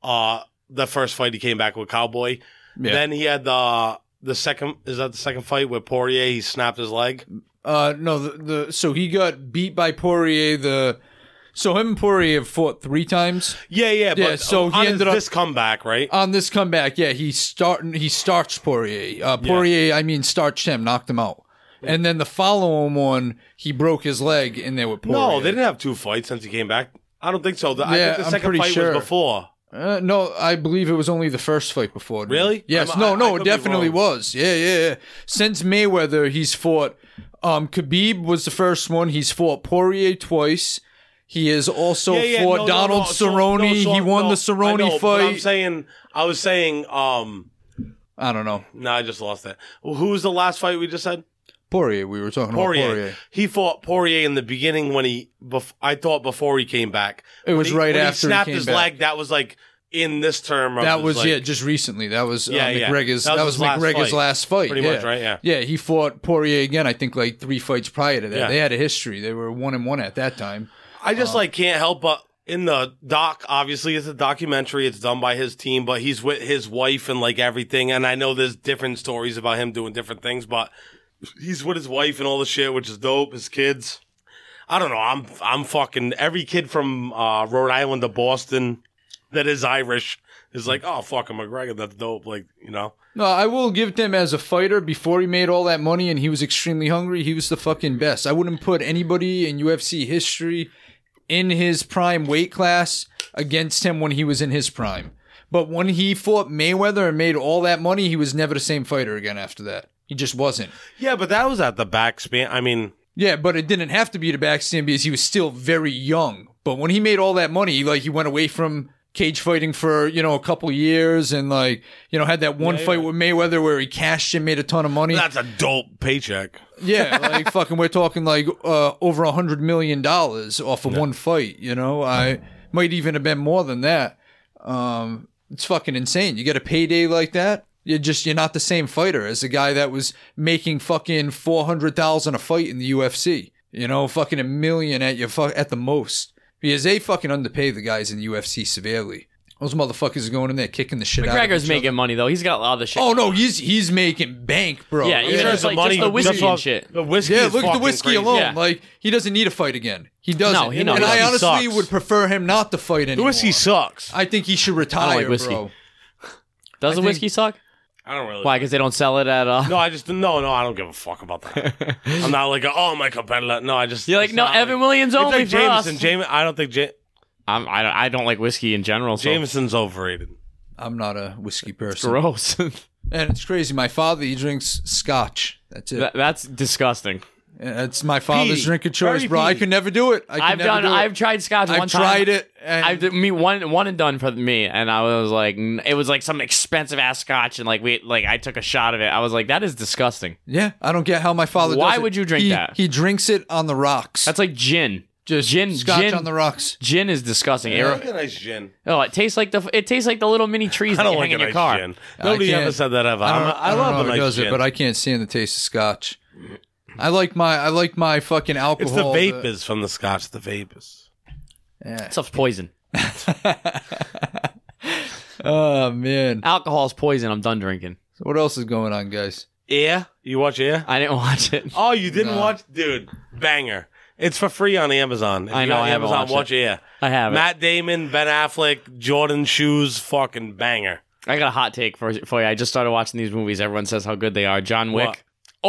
uh the first fight he came back with cowboy Yeah. then he had the the second is that the second fight with Poirier he snapped his leg Uh, no, the, the so he got beat by Poirier. The so him and Poirier have fought three times Yeah, yeah, but Yeah, so on he his- ended up- this comeback, right? on this comeback. Yeah, he start he starts Poirier. Uh, Poirier, I mean, starched him, knocked him out, and then the following one, he broke his leg in there with Poirier. no, they didn't have two fights since he came back. I don't think so. The, I Yeah, think the I'm second pretty fight sure. was before. Uh, no, I believe it was only the first fight before. dude. Really? Yes. I'm- I- no, I no, could it be definitely wrong. was. Yeah, yeah, yeah. Since Mayweather, he's fought. Um, Khabib was the first one. He's fought Poirier twice. He has also yeah, yeah, fought no, no, Donald no, so- Cerrone. no, so- he won no, the I Cerrone know, but I'm fight. saying, I was saying, um, I don't know. no, I just lost that. Well, who was the last fight we just said? Poirier. We were talking Poirier. about Poirier. He fought Poirier in the beginning when he. Bef- I thought before he came back. It was When he- right when after he he snapped came his back. leg. That was like in this term. Of That his, was like, yeah, just recently. That was Yeah, uh, yeah. McGregor's. That That was was, his last McGregor's fight. last fight. Pretty yeah. much, right? Yeah. Yeah, he fought Poirier again. I think like three fights prior to that. Yeah. They had a history. They were one and one at that time. I just like can't help but in the doc. Obviously, it's a documentary. It's done by his team, but he's with his wife and like everything. And I know there's different stories about him doing different things, but he's with his wife and all the shit, which is dope. His kids. I don't know. I'm I'm fucking every kid from uh, Rhode Island to Boston that is Irish is like, oh fucking McGregor, that's dope. Like you know, No, I will give them as a fighter before he made all that money and he was extremely hungry. He was the fucking best. I wouldn't put anybody in UFC history in his prime weight class against him when he was in his prime. But when he fought Mayweather and made all that money, he was never the same fighter again after that. He just wasn't. yeah. But that was at the back span. I mean, Yeah, but it didn't have to be the backstand because he was still very young. But when he made all that money, like he went away from cage fighting for you know a couple years and like you know had that one fight with Mayweather where he cashed and made a ton of money. that's a dope paycheck. yeah, like fucking, we're talking like uh, over a hundred million dollars off of one fight. You know, I might even have been more than that. Um, it's fucking insane. You get a payday like that. You're just you're not the same fighter as the guy that was making fucking four hundred thousand a fight in the UFC. You know, fucking a million at your fu- at the most because they fucking underpay the guys in the UFC severely. Those motherfuckers are going in there kicking the shit out. of McGregor's each making money though. He's got a lot of the shit. Other. Oh no, he's he's making bank, bro. Yeah, even Sure, just like just the whiskey and off- shit. The whiskey. Yeah, is look at the fucking whiskey crazy. alone. Yeah. Like he doesn't need a fight again. He doesn't. No, he don't. and I Whiskey honestly sucks. would prefer him not to fight The anymore. whiskey sucks. I think he should retire, whiskey. bro. Does the think- whiskey suck? I don't really. Why? Because they don't sell it at all. No, I just no, no. I don't give a fuck about that. I'm not like, oh my competitor. No, I just You're like, it's no, not Evan Williams It's only like for us. Jameson. Jameson. I don't think ja- I'm, I don't. I don't like whiskey in general. So Jameson's overrated. I'm not a whiskey person, gross. and it's crazy. My father he drinks scotch. That's it. That- that's disgusting. That's my father's Petey. drink of choice, Very bro. I Petey. could never do it. I could I've never done. do it. I've tried scotch. I've one time. tried it. And I did, me one one and done for me, and I was like, n- it was like some expensive ass scotch, and like we like I took a shot of it. I was like, that is disgusting. yeah, I don't get how my father. Why does it. would you drink He- that? He drinks it on the rocks. That's like gin. Just gin. scotch gin on the rocks. Gin is disgusting. It- a nice gin. oh, it tastes like the it tastes like the little mini trees that I don't you hang like a in your nice car. gin. Nobody can't- ever said that ever. I I'm don't, a- I I don't love know a who nice does gin. it, but I can't stand the taste of scotch. I like my I like my fucking It's alcohol. the vapors from the scotch. The vapors. Stuff's poison. Oh man, Alcohol's poison. I'm done drinking. So what else is going on, guys? Yeah, you watch yeah. I didn't watch it. Oh, you didn't watch, dude? Banger! It's for free on Amazon. If I you know, got I haven't Amazon. watched Watch it. Yeah, I haven't. Matt Damon, Ben Affleck, Jordan shoes, fucking banger. I got a hot take for, for you. I just started watching these movies. Everyone says how good they are. John Wick, What?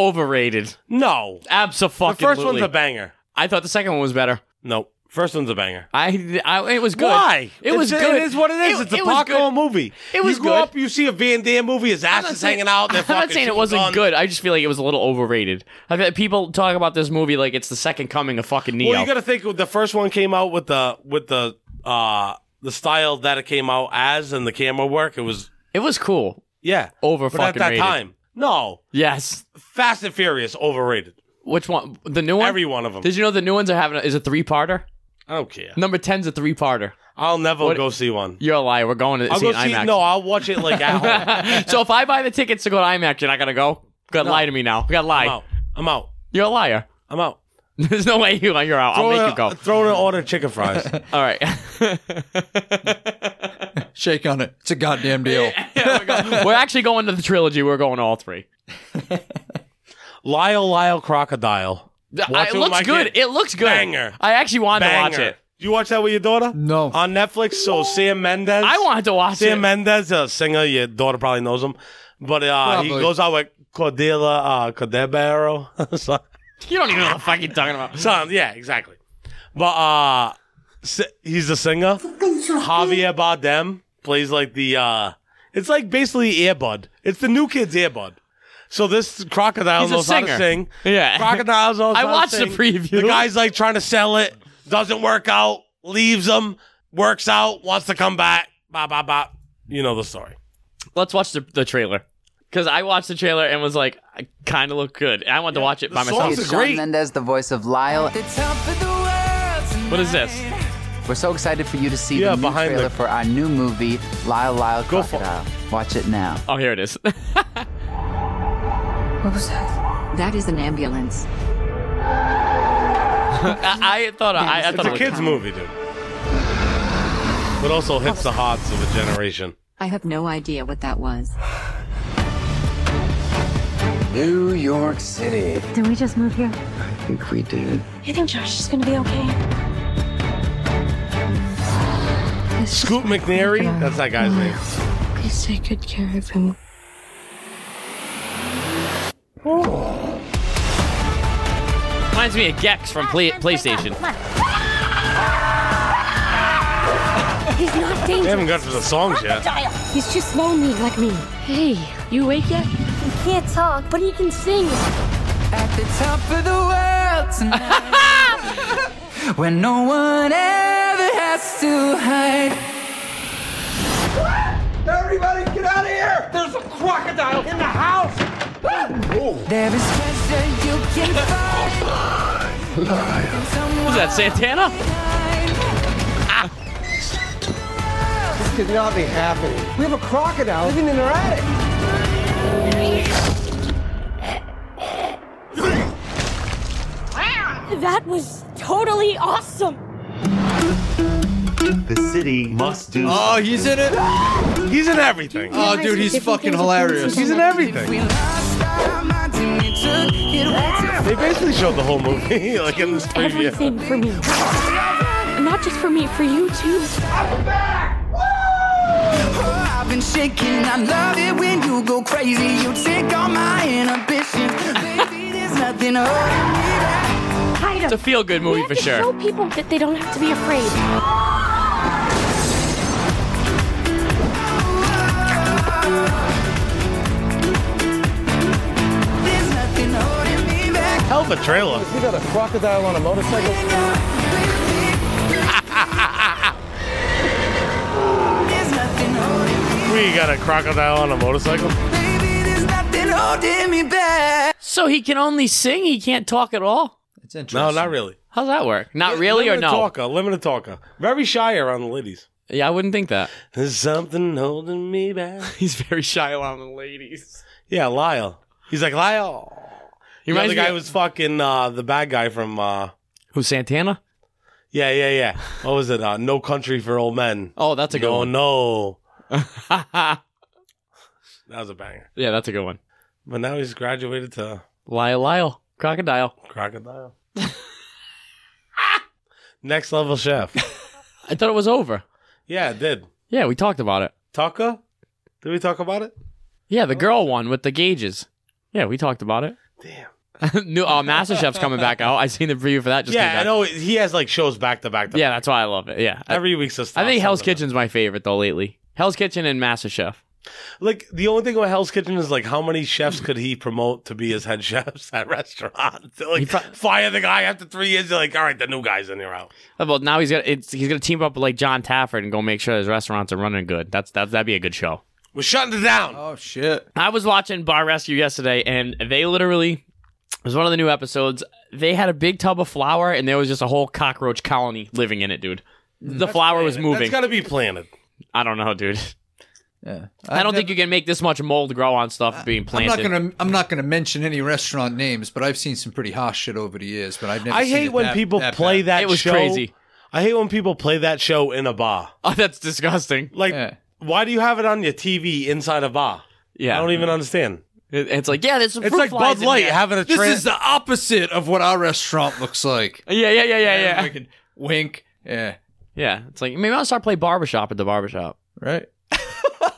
overrated. No, the Absolutely. first one's a banger. I thought the second one was better. No, first one's a banger. I, I it was good. Why? It was It's- good. It is what it is. it's a it was popcorn good. movie. It was you go good. up, you see a Van Damme movie, his I'm ass not is saying- hanging out. they're I'm not fucking saying it shooting wasn't guns. good. I just feel like it was a little overrated. I feel like people talk about this movie like it's the second coming of fucking Neo. Well, you got to think the first one came out with the with the uh the style that it came out as and the camera work. It was it was cool. yeah Over But fucking at that rated. time, no. Yes. Fast and Furious overrated. Which one? The new one. Every one of them. Did you know the new ones are having a, is a three parter? I don't care. Number 10's a three parter. I'll never What- go see one. You're a liar. We're going to I'll see go an see. IMAX. No, I'll watch it like at home. so if I buy the tickets to go to IMAX, you're not gonna go. You gotta lie to me now. You gotta lie. I'm out. I'm out. You're a liar. I'm out. There's no way you you're out. I'll Throw make in- you go. Throw in an order of chicken fries. All right. Shake on it. It's a goddamn deal. We're actually going to the trilogy. We're going to all three. Lyle, Lyle, crocodile. Watch it with looks my good. kid. It looks good. Banger. I actually wanted Banger. to watch it. Do you watch that with your daughter? No. On Netflix, so Sam Mendes. I wanted to watch Sam it. Mendes, a singer. Your daughter probably knows him, but uh, he Probably. goes out with Cordella uh, Cordebaro. So- You don't even know what the fuck you're talking about. so, yeah, exactly. But uh, si- he's a singer. Javier Bardem plays like the. Uh, it's like basically Airbud. It's the new kid's Airbud. So this crocodile He's a knows how to singer. sing. Yeah. crocodiles knows I how to watched the sing. preview. The guy's like trying to sell it. Doesn't work out. Leaves him. Works out. Wants to come back. Bop bop bop. You know the story. Let's watch the, the trailer. Because I watched the trailer and was like, I kind of look good. I wanted to watch it by the myself. songs- Sean Great. Mendez, the voice of Lyle. What is this? We're so excited for you to see Yeah, the new behind the- trailer for our new movie, Lyle Lyle Go for it. Crocodile. Watch it now. Oh, here it is. What was that? That is an ambulance. I, I thought I, I It's thought It's it a was- kids movie, dude. But also hits the hearts of a generation. I have no idea what that was. New York City. Did we just move here? I think we did. You think Josh is gonna be okay? Scoot McNairy. That's that guy's name. Please take good care of him. Oh. Reminds me of Gex from play, PlayStation. He's not They haven't dangerous. got to the songs yet. He's just lonely like me. Hey, you awake yet? He can't talk, but he can sing. At the top of the world tonight, where no one ever has to hide. Everybody get out of here! There's a crocodile in the house! There is treasure you can find. Who's that, Santana? This could not be happening. We have a crocodile living in our attic. That was totally awesome. The city must do. Oh, he's in it. He's in everything. Oh, dude, he's fucking hilarious. He's in We everything. lost our minds and we took it way too They basically showed the whole movie, like in this preview. Everything for me. Not just for me, for you too. far. I've been shaking. I love it when you go crazy. You take all my inhibitions. Baby, there's nothing holding me back. Hide It's a him. feel good We movie have for to show sure. people that they don't have to be afraid. There's nothing holding me back. Hell of a trailer. We got a crocodile on a motorcycle. There's nothing holding me. We got a crocodile on a motorcycle. Baby, there's nothing holding me back. So he can only sing, he can't talk at all? It's interesting. No, not really. How's that work? Not really or Limited no? Talker, limited talker. Very shy around the ladies. Yeah, I wouldn't think that. There's something holding me back. He's very shy around the ladies. Yeah, Lyle. He's like Lyle. You know, the guy was fucking uh, the bad guy from uh, who's Santana? Yeah, yeah, yeah. What was it? Uh, no Country for Old Men. Oh, that's a good no, one. No, that was a banger. Yeah, that's a good one. But now he's graduated to Lyle Lyle Crocodile. crocodile. Next level chef. I thought it was over. Yeah, it did. Yeah, we talked about it. Taco? Did we talk about it? Oh. Yeah, the girl one with the gauges. Yeah, we talked about it. Damn. New uh, MasterChef's coming back out. I seen the preview for that. Just came yeah, back. I know he has like shows back to back. to Yeah, that's why I love it. Yeah, I, every week's a I think Hell's Kitchen's my favorite though lately. Hell's Kitchen and MasterChef. Like the only thing about Hell's Kitchen is like how many chefs could he promote to be his head chefs at restaurants? They're, Like fire the guy after three years. They're like, all right, the new guy's in here out. Oh, Well, now he's gonna it's, he's gonna team up with like John Tafford and go make sure his restaurants are running good. That's that that'd be a good show. We're shutting it down. Oh shit. I was watching Bar Rescue yesterday, and they literally it was one of the new episodes. They had a big tub of flour, and there was just a whole cockroach colony living in it, dude. The flour was That's moving. got to be planted. I don't know, dude. Yeah. I don't think you can make this much mold grow on stuff being I'm not planted. gonna. I'm not gonna mention any restaurant names, but I've seen some pretty harsh shit over the years. But I've never. I seen hate it when that- people play bad. that. It was show. crazy. I hate when people play that show in a bar. Oh, that's disgusting. Like, Yeah. why do you have it on your TV inside a bar? Yeah, I don't even understand. It- it's like yeah, there's some It's fruit like flies Bud in Light there. having a. This tran- is the opposite of what our restaurant looks like. Yeah, yeah, yeah, yeah, yeah. Wink. wink. Yeah. Yeah, it's like maybe I'll start playing barbershop at the barbershop. Right.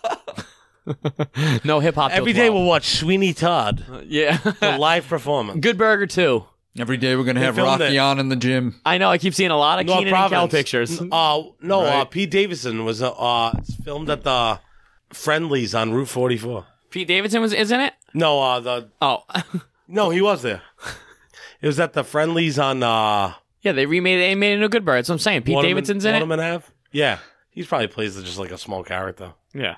No hip hop. Uh, every day we'll watch Sweeney Todd, the yeah. live performance. Good Burger too. Every day we're gonna have filmed Rocky it. on in the gym. I know. I keep seeing a lot of North Keenan and Kel Providence. pictures. N- Uh, no, uh, Right. Pete Davidson was uh, uh, filmed at the Friendlies on Route 44. Pete Davidson was, isn't it? No, uh, the Oh, no, he was there. It was at the Friendlies on uh, yeah. They remade it. They made it into Good Burger. That's what I'm saying. Pete Waterman- Davidson's in Waterman Ave. Yeah, he probably plays just like a small character. it. Yeah.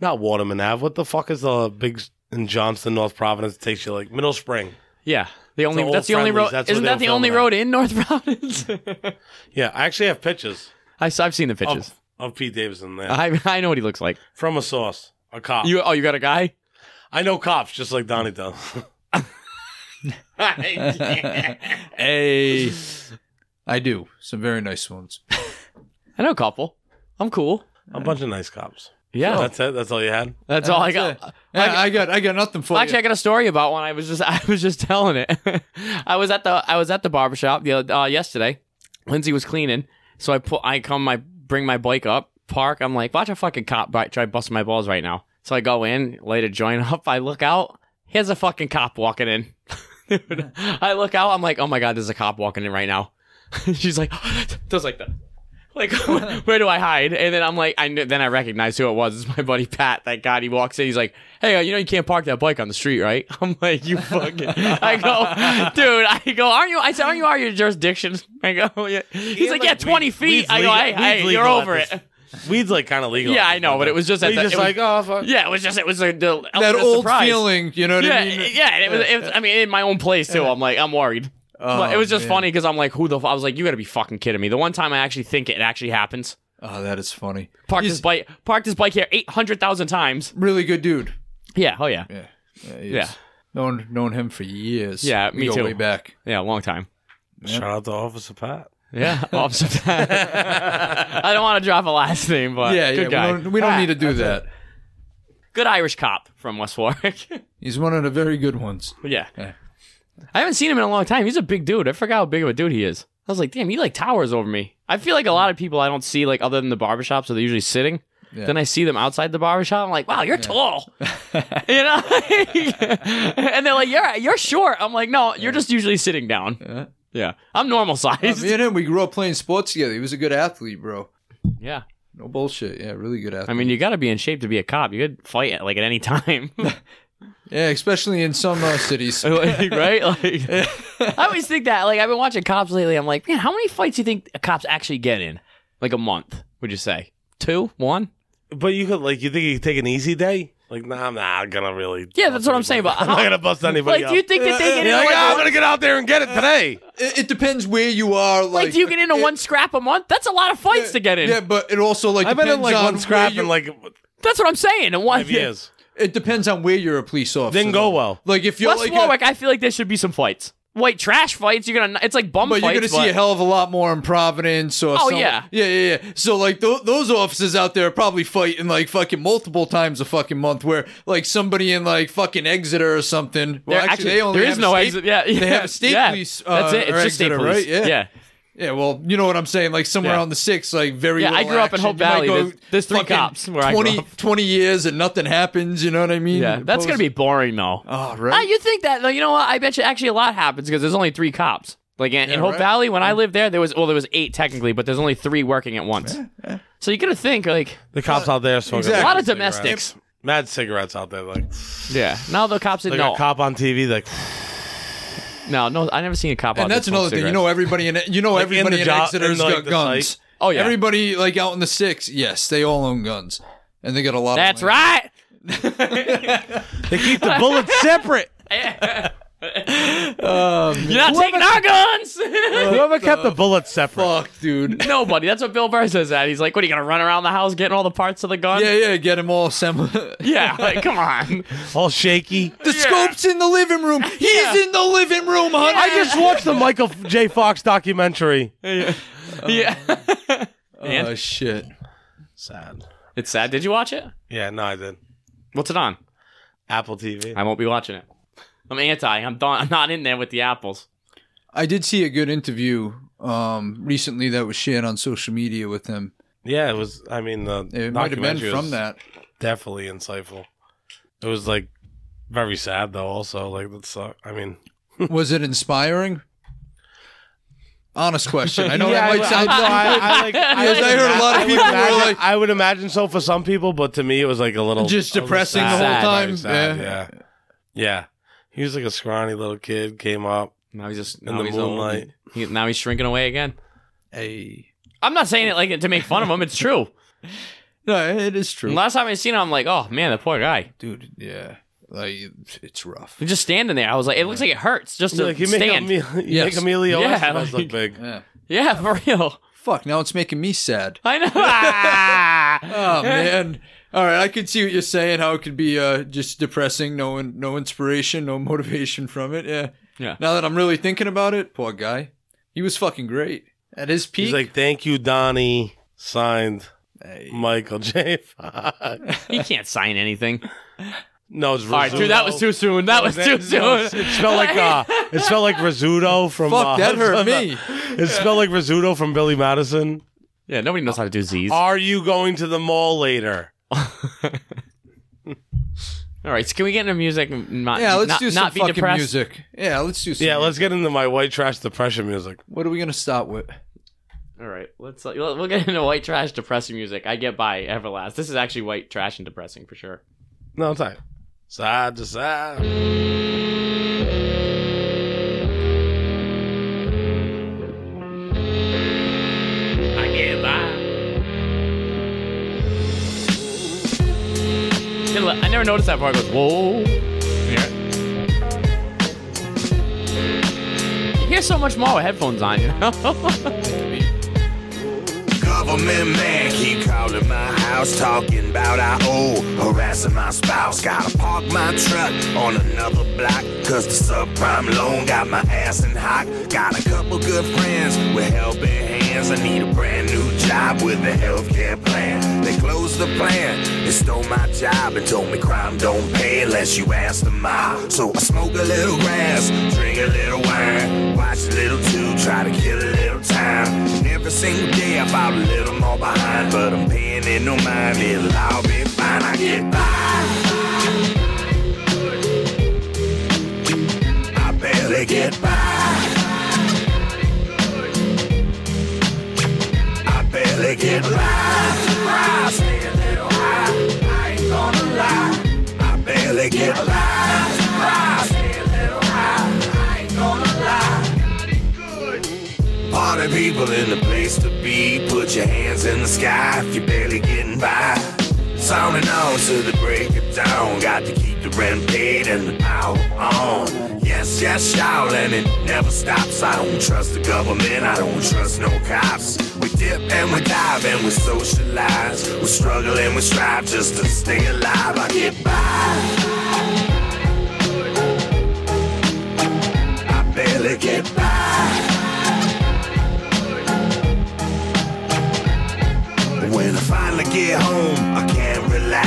Not Waterman Ave. What the fuck is the big s- in Johnston, North Providence? It takes you like Middle Spring. Yeah. The only old that's the only road. friendlies, that's where Isn't they that were the only filming road in North Providence? Oh Yeah, I actually have pictures I, have seen the pictures. of, of Pete Davidson there I I know what he looks like. from a source, a cop. You oh you got a guy? I know cops just like Donnie does. Hey. I do some very nice ones. I know a couple. I'm cool. a bunch of nice cops. Yeah. That's it. That's all you had. That's all I That's got. it. Yeah, I got I got nothing for Actually, I you. got a story about one. I was just I was just telling it. I was at the I was at the barbershop the other, uh, yesterday. Lindsay was cleaning, so I put I come I bring my bike up park. I'm like, watch a fucking cop bi- try busting my balls right now. So I go in, light a joint up. I look out. Here's a fucking cop walking in. Dude, I look out. I'm like, oh my god, there's a cop walking in right now. She's like, does like that. Like, where do I hide? And then I'm like, I kn- then I recognize who it was. It's my buddy Pat. Thank God he walks in. He's like, hey, uh, you know you can't park that bike on the street, right? I'm like, you fucking. I go, dude. I go, aren't you? I said, aren't you out of your jurisdiction? I go, yeah. He's like, yeah, 20 feet. Weed's I go, legal- hey, weed's hey you're legal at over this- it. Weed's like kind of legal. Yeah, at I this know, point, but it was just So at you the- just it was- like oh fuck. Yeah, it was just it was like the that element of old surprise. feeling, you know what Yeah, I mean? yeah. and It was, it was. I mean, in my own place too. I'm like, I'm worried. but it was just Oh, man. funny because I'm like, who the? F-? I was like, you got to be fucking kidding me. The one time I actually think it actually happens. Oh, that is funny. Parked his bike. Parked his bike here eight hundred thousand times. Really good dude. Yeah. Oh yeah. Yeah. Yeah. he Yeah. is. Known known him for years. Yeah, we me go too. Way back. Yeah. Long time. Shout out to Officer Pat. Yeah. Well, i don't want to drop a last name, but yeah, good yeah. guy. Ah, We don't, we don't need to do that. Good Irish cop from West Warwick. He's one of the very good ones. yeah. Yeah. I haven't seen him in a long time. He's a big dude. I forgot how big of a dude he is. I was like, damn, he like towers over me. I feel like a lot of people I don't see like other than the barbershops, so they're usually sitting. Yeah. Then I see them outside the barbershop. I'm like, wow, you're tall. you know? and they're like, you're, you're short. I'm like, no, you're just usually sitting down. Yeah. I'm normal size. Me and him, we grew up playing sports together. He was a good athlete, bro. yeah. No bullshit. Yeah, really good athlete. I mean, you got to be in shape to be a cop. You could fight at, like at any time, yeah, especially in some uh, cities. Like, right? Like, I always think that. Like, I've been watching cops lately. I'm like, man, how many fights do you think cops actually get in? Like a month? Would you say two, one? But you could like you think you could take an easy day? Like nah, I'm not gonna really. Yeah, that's what I'm saying. But I'm not gonna bust anybody. like, do you up. think that they get in You're like, like, "Ah, I'm one- gonna get out there and get it today. it, it depends where you are. Like, like, do you get into one scrap a month? That's a lot of fights to get in. Yeah, but it also like I've been depends in like on one where scrap you- in like That's what I'm saying. And one five years. It depends on where you're a police officer. Didn't though. go well. Like if you're West like a- Warwick, I feel like there should be some fights. White trash fights. You're gonna. It's like bum but fights. you're going to see a hell of a lot more in Providence or Oh, some- yeah. yeah yeah yeah so like th- those officers out there are probably fighting like fucking multiple times a fucking month where like somebody in like fucking Exeter or something well There- actually, actually, they only there have is a no state- exit- yeah, they have yeah, a state yeah. police uh, That's it, it's or just state Exeter, police. right yeah Yeah. yeah well you know what I'm saying like somewhere Yeah. on the six like very Yeah, I little grew up in action. Hope You might Valley. go There's- there's three fucking cops where I grew 20, 20 years and nothing happens you know what I mean Yeah, that's gonna be boring though. oh Ah, right you think that? though, You know what? I bet you actually a lot happens because there's only three cops. Like in, in Yeah, Hope right. Mm. Valley, when I lived there, there was well, there was eight technically, but there's only three working at once. So you gotta think like The cops out there smoking a Exactly. lot of cigarettes. domestics. Mad cigarettes out there, like Yeah. Now the cops said like no, a cop on TV, like no, no. I never seen a cop. out and there that's smoke another thing. You know, cigarettes. everybody in you know Like, in everybody the in, jo- Exeter's in, like, got the guns. site. Oh, yeah. everybody like out in the six. Yes, they all own guns, and they got a lot. That's of land. right. they keep the bullets separate. Oh, You're not taking our guns. Whoever kept the bullets separate. Fuck, dude. Nobody. That's what Bill Burr says. That he's like, what are you gonna run around the house getting all the parts of the gun? Yeah, yeah. Get them all assembled. the Yeah, like come on. All shaky. scope's in the living room. He's in the living room, honey. I just watched the Michael J. Fox documentary. yeah, Oh shit. Uh, Sad. it's sad. Did you watch it? Yeah, no, I did. What's it on? Apple TV. I won't be watching it. I'm anti. I'm, don- I'm not in there with the apples. I did see a good interview um recently that was shared on social media with him. Yeah, it was. I mean, the It might have been documentary from was that. Definitely insightful. It was like very sad though. Also, like that sucked. I mean, Was it inspiring? Honest question. I know Yeah, that I- might sound. I- no, I- I like- Because I heard a lot of I would people were imagine- like- I would imagine so for some people, but to me, it was like a little Just it was depressing the sad. whole time, Very sad, yeah. yeah, yeah. He was like a scrawny little kid. Came up. Now he's just In now the he's old. moonlight. He- now he's shrinking away again. Hey. I'm not saying it like to make fun of him. It's true. No, it is true. Last time I seen him, I'm like, oh man, the poor guy. dude. Yeah, like it's- it's rough. He's just standing there. I was like, it looks like it hurts just to Like you make stand. Emilio, you Yes. make Emilio Yeah, Estevez like- look big. Yeah. yeah, for real. Fuck. Now it's making me sad. I know. Ah! Oh man. All right, I could see what you're saying. How it could be uh, just depressing. No, in- no inspiration, no motivation from it. Yeah. Yeah. Now that I'm really thinking about it, poor guy. He was fucking great at his peak. He's like, "Thank you, Donnie." Signed, Michael J. Fox. he can't sign anything. No, it's All right, dude, that was too soon. That was too soon. no, it's- it smelled like uh, it smelled like Rizzuto from. Fuck, uh, that hurt me. It smelled like Rizzuto from Billy Madison. yeah, nobody knows how to do Z's. All Are you going to the mall later? right, so can we get into music? And not, Yeah, let's not, do some not be fucking depressed? music. Yeah, let's do some. Yeah, let's get into my white trash depression music. What are we gonna stop with? All right, let's uh, we'll we'll get into white trash depressing music. I get by Everlast. This is actually white trash and depressing for sure. No, it's all right. Side to side. I get by. Hey, look, I never noticed that part. It goes whoa. Yeah. You hear so much more with headphones on. You know? Government man keep calling my house, talking about I owe, harassing my spouse. Gotta park my truck on another block, cause the subprime loan got my ass in hot. Got a couple good friends with helping hands. I need a brand new job with a healthcare plan. They closed the plan, they stole my job and told me crime don't pay unless you ask the mob. So I smoke a little grass, drink a little wine, watch a little too, try to kill a little time. And every single day I'm out a little more behind, but I'm paying it no mind. It'll all be fine. I get by. I barely get by. I barely get by. I stay a little high. I ain't gonna lie. I barely get by. I stay a little high. I ain't gonna lie. Party people in the place to be. Put your hands in the sky if you're barely getting by. Sounding on to the break of dawn. Got to keep the rent paid and the power on. Yes, yes, y'all, and it never stops. I don't trust the government. I don't trust no cops. We dip and we dive and we socialize. We struggle and we strive just to stay alive. I get by.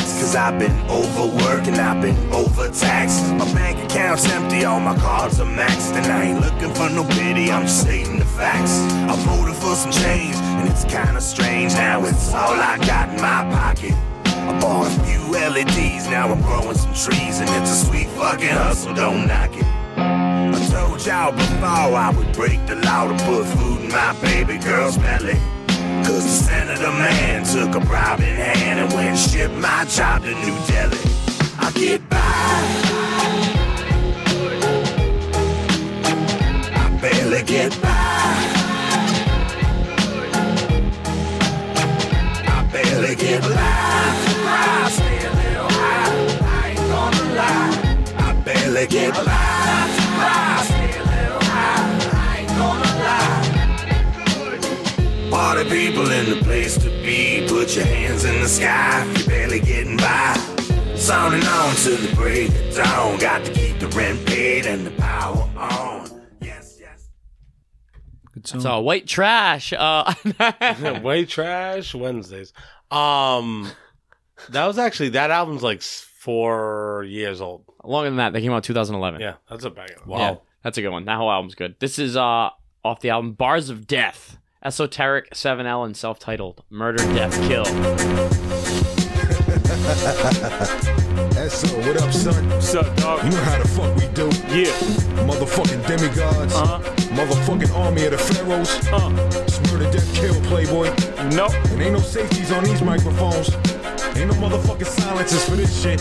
Cause I've been overworked and I've been overtaxed. My bank account's empty, all my cards are maxed. And I ain't looking for no pity, I'm just stating the facts. I voted for some change, and it's kinda strange. Now it's all I got in my pocket. I bought a few LEDs, now I'm growing some trees, and it's a sweet fucking hustle, don't knock it. I told y'all before I would break the law to put food in my baby girl's belly. Cause the senator man took a bribe in hand and went and shipped my job to New Delhi. I get by. I barely get by. I barely get by. I stay a little high. I ain't gonna lie. I barely get by. I stay a little high. I ain't gonna lie. Party people in the place to be. Put your hands in the sky if you're barely getting by. Sounding on to the break of dawn. Got to keep the rent paid and the power on. It's all white trash. Uh, Way trash Wednesdays. Um, that was actually that album's like s- four years old. Longer than that, they came out 2011. Yeah, that's a banger. Wow. Yeah, that's a good one. That whole album's good. This is uh off the album Bars of Death, Esoteric, 7L, and self-titled Murder, Death, Kill. SO, what up, son? What's up, dog? You know how the fuck we do. Yeah. Motherfucking demigods. Uh-huh. Motherfucking army of the pharaohs. Uh. Smurder death kill, playboy. No. And ain't no safeties on these microphones. Ain't no motherfucking silences for this shit.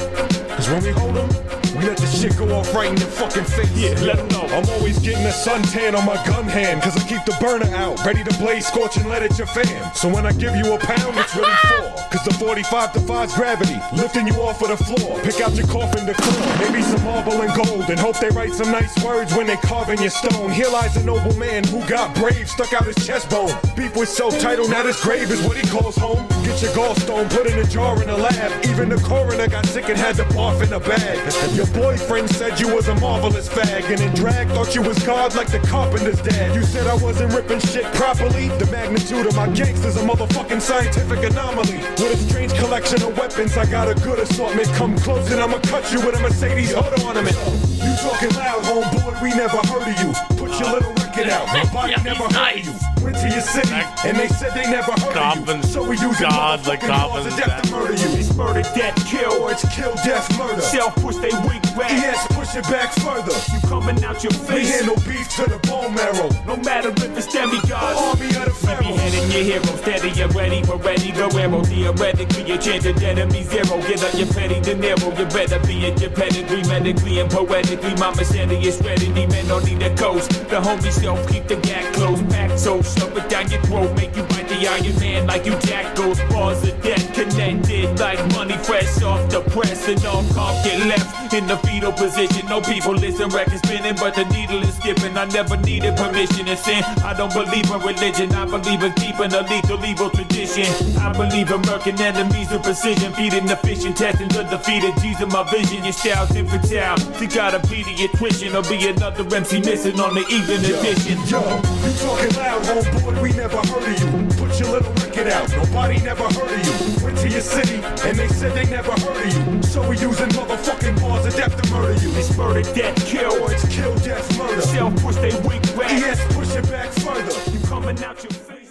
Cause when we hold them, we let the shit go off right in your fucking face. Yeah, let them know. I'm always getting a suntan on my gun hand, cause I keep the burner out, ready to blaze, scorch, and let it your fam. So when I give you a pound, it's really four. Cause the 45 defies gravity, lifting you off of the floor. Pick out your coffin to claw, maybe some marble and gold, and hope they write some nice words when they carve in your stone. Here lies a noble man who got brave, stuck out his chest bone. Beef with self title, oh, now this grave is what he calls home. Get your gallstone put in a jar in a lab. Even the coroner got sick and had to barf in a bag. Your boyfriend said you was a marvelous fag, and in drag thought you was God like the carpenter's dad. You said I wasn't ripping shit properly. The magnitude of my gangsters a motherfucking scientific anomaly. With a strange collection of weapons, I got a good assortment. Come close and I'ma cut you with a Mercedes hood ornament. You talking loud, homeboy? We never heard of you. Put your little record out. My body never heard of you. Went to your city, and they said they never heard of you. So we use God, the laws Goblin of death to murder you. It's murder, death, kill, or it's kill, death, murder. Self push they weak back. Yes, push it back further. You coming out your face. We handle beef to the bone marrow. No matter if it's demigods. Army of the pharaohs. Heading your hero, steady and ready, we're ready to arrow. Theoretically, your chance at enemy zero. Get up your petty De Niro, you better be at your pedigree, medically and poetically. My machete is ready, demon on the coast. The homie self keep the gap closed, back so shove it down your throat, make you bite the Iron Man like you jackals. Bars of death connected like money fresh off the press, and all cough get left in the fetal position. No people listen, records spinning, but the needle is skipping. I never needed permission to sin. I don't believe in religion, I believe in keeping a lethal evil tradition. I believe in murking enemies with precision, feeding the fish and testing the defeated. These are my vision, your style's infantile. You gotta be the intuition, or be another MC missing on the evening edition. Yo, you talking loud, homeboy, we never heard of you. Put your little record out, nobody never heard of you. Went to your city, and they said they never heard of you. So we using motherfucking bars of death to murder you. It's murder, death, kill, or it's kill, death, murder. Self push they weak back. Yes, push it back further. You coming out your face.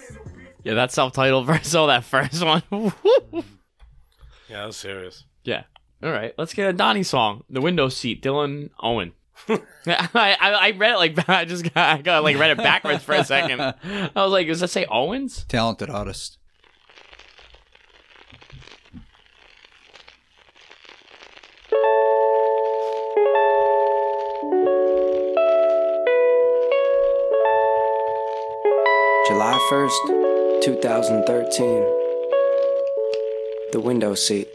Yeah, that self-titled verse. Oh, that first one. Yeah, that was serious. yeah. All right, let's get a Donnie song. The window seat, Dylan Owen. I, I I read it like I just got, I got like read it backwards for a second. I was like, does that say Owens? Talented artist. July 1st, 2013. The window seat.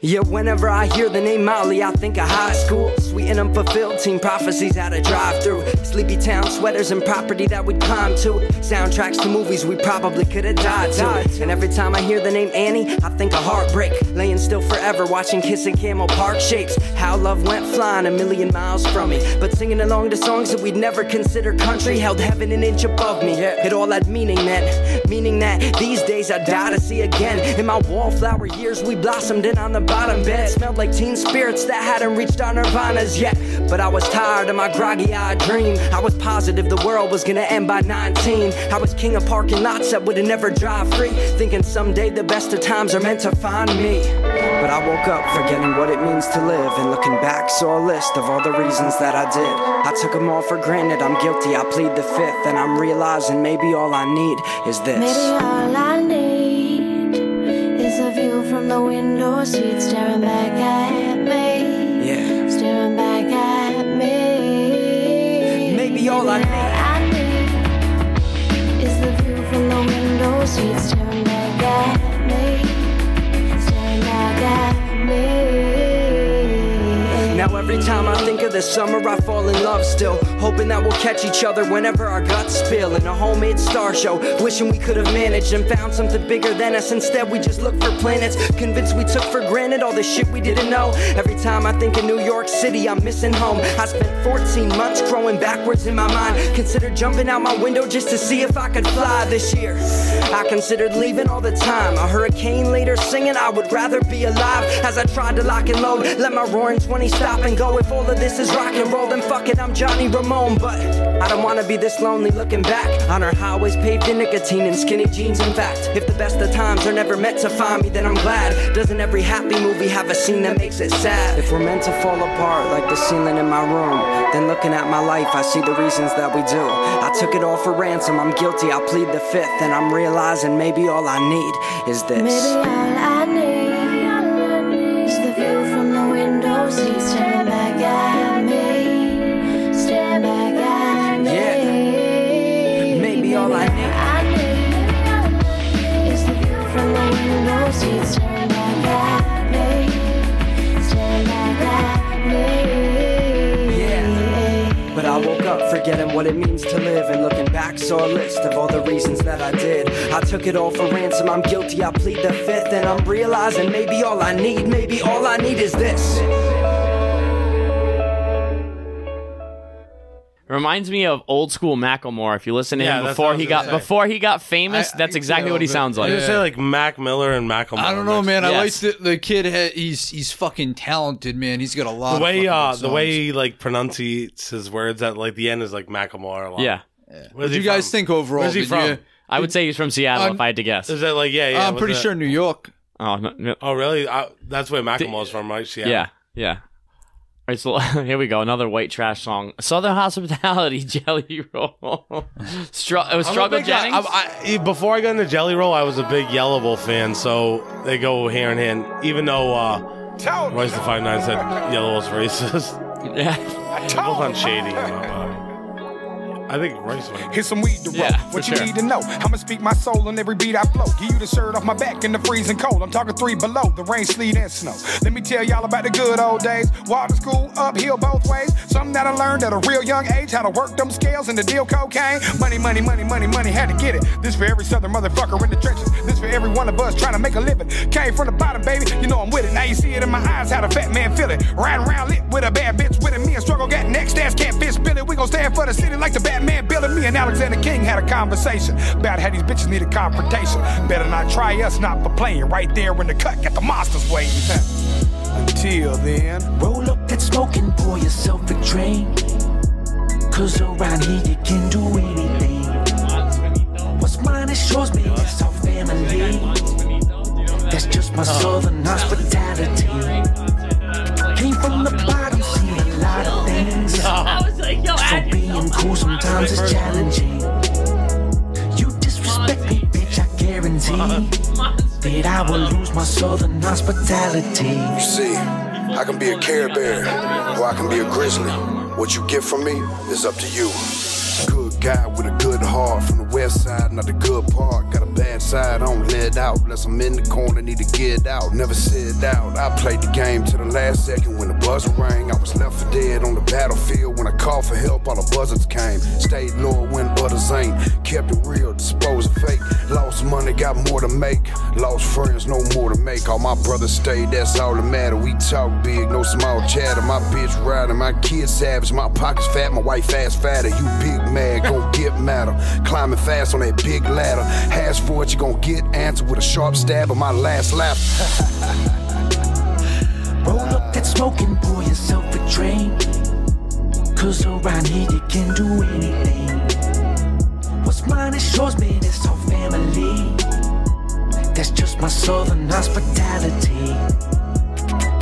Yeah, whenever I hear the name Molly, I think of high school. sweet and unfulfilled. Teen prophecies how to drive through. Sleepy town sweaters and property that we'd climb to. Soundtracks to movies we probably could have died to. And every time I hear the name Annie, I think of heartbreak. Laying still forever, watching Kiss and Camel Park shapes. How love went flying a million miles from me. But singing along to songs that we'd never consider country held heaven an inch above me. It all had meaning then. Meaning that these days I die to see again. In my wallflower years, we blossomed in on the bottom bed. Smelled like teen spirits that hadn't reached our nirvanas yet. But I was tired of my groggy eyed dream. I was positive the world was gonna end by 19. I was king of parking lots that would've never drive free. Thinking someday the best of times are meant to find me. But I woke up forgetting what it means to live and looking back saw a list of all the reasons that I did. I took them all for granted, I'm guilty, I plead the fifth, and I'm realizing maybe all I need is this. Maybe all I need is a view from the window seat staring back at me. Yeah. Staring back at me. Maybe all I need is the view from the window seat staring back at me. Staring back at me. Now every time I think of the summer, I fall in love still. Hoping that we'll catch each other whenever our guts spill in a homemade star show. Wishing we could have managed and found something bigger than us. Instead, we just look for planets. Convinced we took for granted all the shit we didn't know. Every time I think of New York City, I'm missing home. I spent 14 months growing backwards in my mind. Considered jumping out my window just to see if I could fly this year. I considered leaving all the time. A hurricane later singing, I would rather be alive. As I tried to lock and load, let my roaring 20 stop and go. If all of this is rock and roll, then fuck it, I'm Johnny Ramone. But I don't wanna be this lonely looking back on our highways paved in nicotine and skinny jeans. In fact, if the best of times are never meant to find me, then I'm glad. Doesn't every happy movie have a scene that makes it sad? If we're meant to fall apart like the ceiling in my room, then looking at my life, I see the reasons that we do. I took it all for ransom, I'm guilty, I plead the fifth, and I'm realizing maybe all I need is this. Maybe all I need is the view from the window seat staring back at me, staring back at me. Yeah. Maybe all I need. I need is the view from the window seat staring back at me, staring back at me. But I woke up forgetting what it means to live and looking back saw a list of all the reasons that I did. I took it all for ransom, I'm guilty, I plead the fifth, and I'm realizing maybe all I need, maybe all I need is this. Reminds me of old school Macklemore. If you listen to Yeah, him that's before what I he was gonna got say. before he got famous, that's exactly what he sounds like. I was gonna say like Mac Miller and Macklemore. I don't know, man. I like Yes. the, the kid. Ha- he's he's fucking talented, man. He's got a lot. the way of uh, the way he like pronunciates his words at like the end is like Macklemore a lot. Yeah. Where's What he you guys from? think overall? Where's he Did from? Uh, you- I would say he's from Seattle I'm- if I had to guess. Is that like yeah yeah? I'm was pretty it- sure New York. Oh, no, no. Oh really? I, that's where Macklemore's from, right? yeah, yeah. All right, so here we go. Another white trash song. Southern Hospitality Jelly Roll. Str- Uh, it was I'm a Struggle big- I- Jennings. I- I- before I got into Jelly Roll, I was a big Yellow Bowl fan, so they go hand in hand. Even though uh, Royce the Five Nine said Yellow Bowl's racist. Yeah, both on shady. uh, I think Royce. Went. Here's some weed to roll. Yeah, what for you sure. need to know. I'ma speak my soul on every beat I blow. Give you the shirt off my back in the freezing cold. I'm talking three below, the rain, sleet, and snow. Let me tell y'all about the good old days. Water school, uphill both ways. Something that I learned at a real young age. How to work them scales and to deal cocaine. Money, money, money, money, money. Had to get it. This for every southern motherfucker in the trenches. This for every one of us trying to make a living. Came from the bottom, baby. You know I'm with it. Now you see it in my eyes how the fat man feel it. Riding around lit with a bad bitch with it. Me and struggle got next ass can't fit spill it. We gon' stand for the city like the Batman building. Me and Alexander King had a conversation about how these bitches need a confrontation. Better not try us, not for playing. Right there in the cut, got the monsters waiting. Until then, roll up that smoke and pour yourself a drink. Cause around here you can do anything. What's mine is yours, man, it's our family. That's just my southern hospitality. Came from the bottom, seen a lot of things. So being cool sometimes is challenging. You disrespect me, bitch, I guarantee that I will lose my southern hospitality. You see, I can be a care bear or I can be a grizzly. What you get from me is up to you. Good guy with a good good heart from the west side, not the good part. Got a bad side, I don't let out. Unless I'm in the corner, need to get out. Never sit out. I played the game to the last second when the buzzer rang. I was left for dead on the battlefield. When I called for help, all the buzzards came. Stayed loyal when butters ain't. Kept it real, disposed of fake. Lost money, got more to make. Lost friends, no more to make. All my brothers stayed, that's all that matter. We talk big, no small chatter. My bitch riding, my kids savage. My pockets fat, my wife ass fatter. You big mad, gon' get madder. Climbing fast on that big ladder. Hash for it, you gon' get answered with a sharp stab of my last lap. Roll up that smoke and pour yourself a drink. Cause around here you can do anything. What's mine is yours, man, it's all family. That's just my southern hospitality.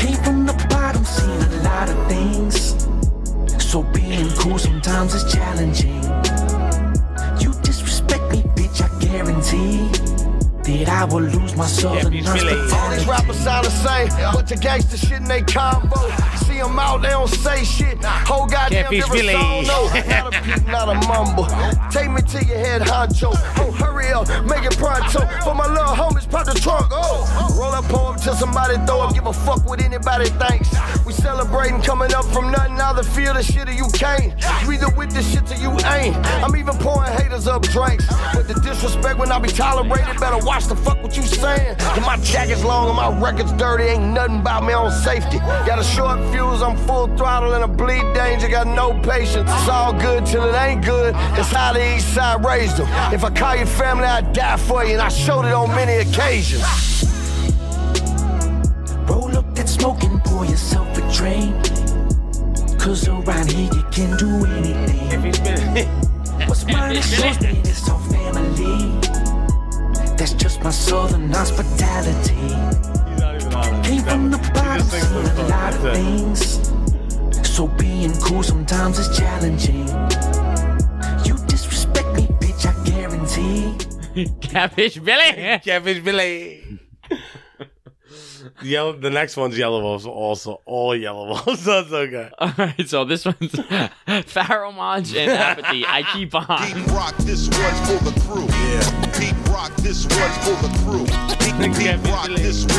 Came from the bottom, seen a lot of things. So being cool sometimes is challenging. You disrespect me, bitch, I guarantee that I will lose my southern All hospitality. these rappers sound the same, but the gangster shit in they combo. See 'em out, they don't say shit. Whole goddamn Can't be different Philly. song, no. Not a peep, not a mumble. Take me to your head honcho. Oh, hurry up, make it pronto. For my little homies, pop the trunk. Oh, roll up home till somebody throw up. Give a fuck what anybody thinks. We celebrating coming up from nothing. Either feel the shit or you can't. You either with this shit or you ain't. I'm even pouring haters up drinks. But the disrespect when I be tolerated, better watch the fuck what you saying. And my jacket's long and my record's dirty. Ain't nothing about me on safety. Got a short fuse, I'm full throttle and a bleed danger. Got no patience. It's all good till it ain't good. That's how the east side raised them. If I call your family, I die for you. And I showed it on many occasions. Roll up that smoke and pour yourself a drink. Cause around here you can do anything. What's mine is yours, man, it's all family. That's just my southern hospitality. Came from the bottom, seen a lot of That's it. things. So being cool sometimes is challenging. You disrespect me, bitch, I guarantee. Catfish Billy. Catfish Billy. Yellow, the next one's Yellow Wolves, also all Yellow Wolves. That's okay. All right, so this one's Pharaoh Monch and Apathy. I keep on. Deep rock, this one's for the crew. Yeah. Deep rock, this one's for the crew. Deep, deep rock, this one's for the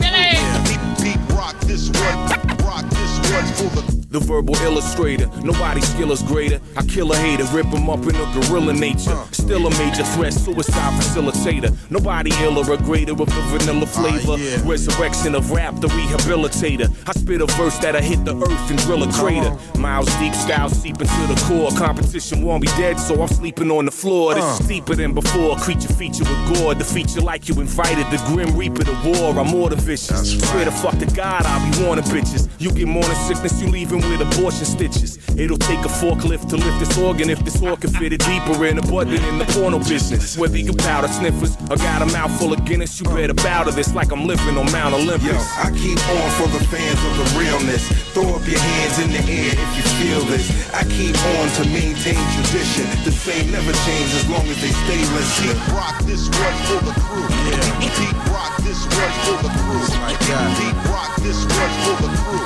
crew. Yeah. Deep, deep rock, this one. Rock, this one's for the The verbal illustrator, nobody's skill is greater. I kill a hater, rip him up in a gorilla nature. Uh. Still a major threat, suicide facilitator. Nobody iller or greater with the Ah, vanilla flavor. Resurrection of rap, the rehabilitator. I spit a verse that'll hit the earth and drill a crater. Miles deep, style seeping to the core. Competition won't be dead, so I'm sleeping on the floor. This Uh. is deeper than before. Creature feature with gore. The feature like you invited. The grim reaper to war. I'm more than vicious. Swear to fuck to God, I'll be warning bitches. You get morning sickness, you leaving with abortion stitches. It'll take a forklift to lift this organ if this organ fit it deeper in the butt than in the porno business. Whether you powder sniffers or got a mouthful of Guinness, you better bow to this like I'm living on Mount Olympus. Yo, I keep on for the fans of the realness. Throw up your hands in the air if you feel this. I keep on to maintain tradition. The same never change as long as they stay listening. Deep rock this one for the crew. Yeah. Deep rock this one for the crew. Deep rock this one for the crew.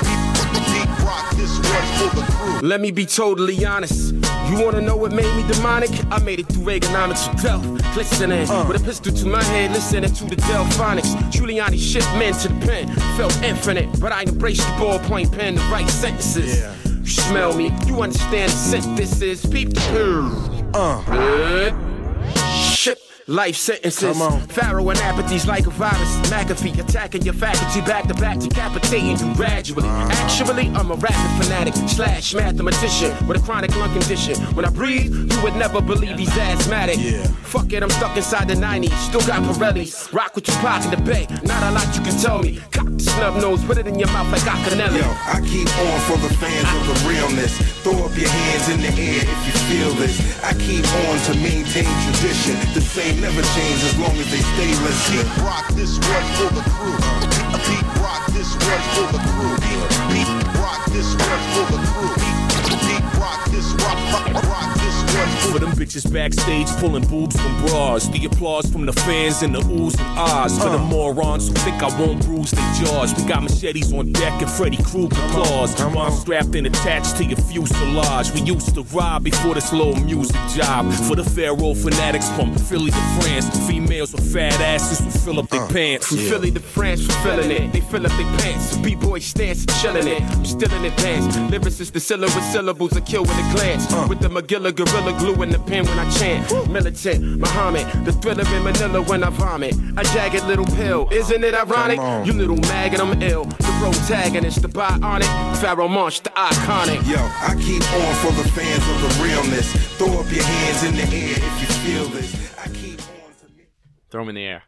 Deep rock this one for the crew. Let me be totally honest. You wanna know what made me demonic? I made it through Reaganomics with Delph. Listening, Uh. with a pistol to my head, listening to the Delphonics. Giuliani shipped men to the pen, felt infinite, but I embraced the ballpoint pen, the right sentences. You smell me, you understand the scent this is. Peep the pill. Uh. Ship. Life sentences. Come on. Pharaoh and apathy's like a virus. McAfee attacking your faculty back to back, decapitating you gradually. Actually, I'm a rapping fanatic slash mathematician with a chronic lung condition. When I breathe, you would never believe he's asthmatic. Fuck it, I'm stuck inside the 90s. Still got Pirellis. Rock with your pocket in the bay. Not a lot you can tell me. Cock the snub nose, put it in your mouth like Acanelli. Yo, I keep on for the fans of the realness. Throw up your hands in the air if you feel this. I keep on to maintain tradition. The same never change as long as they stay legit. Deep rock this one for the crew. Deep rock this one for the crew. Deep rock this one for the crew. Deep rock this rock, rock, rock this one For them bitches bitches backstage pulling boobs from bras. The applause from the fans and the oohs and ahs. For the morons who think I won't bruise their jaws. We got machetes on deck and Freddy Krueger claws. I'm strapped and attached to your fuselage. We used to ride before this low music job. For the Pharaoh fanatics from Philly to France. Females with fat asses who fill up their Uh, pants. From Philly to France, we're filling it. They fill up their pants. B boy stance, chilling it. I'm still in advance. Lyricist, the syllable with syllables I kill with a glance. Uh. With the McGilla gorilla glue in the pen when I chant. Militant, Muhammad, the thriller in Manila when I vomit. A jagged little pill, isn't it ironic? Come on. You little maggot, I'm ill. The protagonist, the bionic. Pharaoh March, the iconic. Yo, I keep on for the fans of the realness. Throw up your hands in the air if you feel this. I keep Throw him in the air.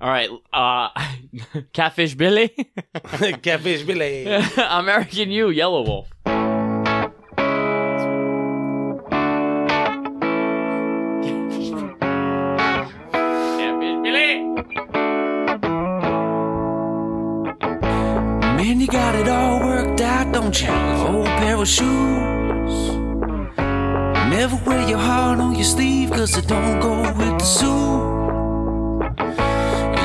All right, uh, Catfish Billy. Catfish Billy. American You, Yellow Wolf. Man, you got it all worked out, don't you? Old pair of shoes. Never wear your heart on your sleeve, cause it don't go with the suit.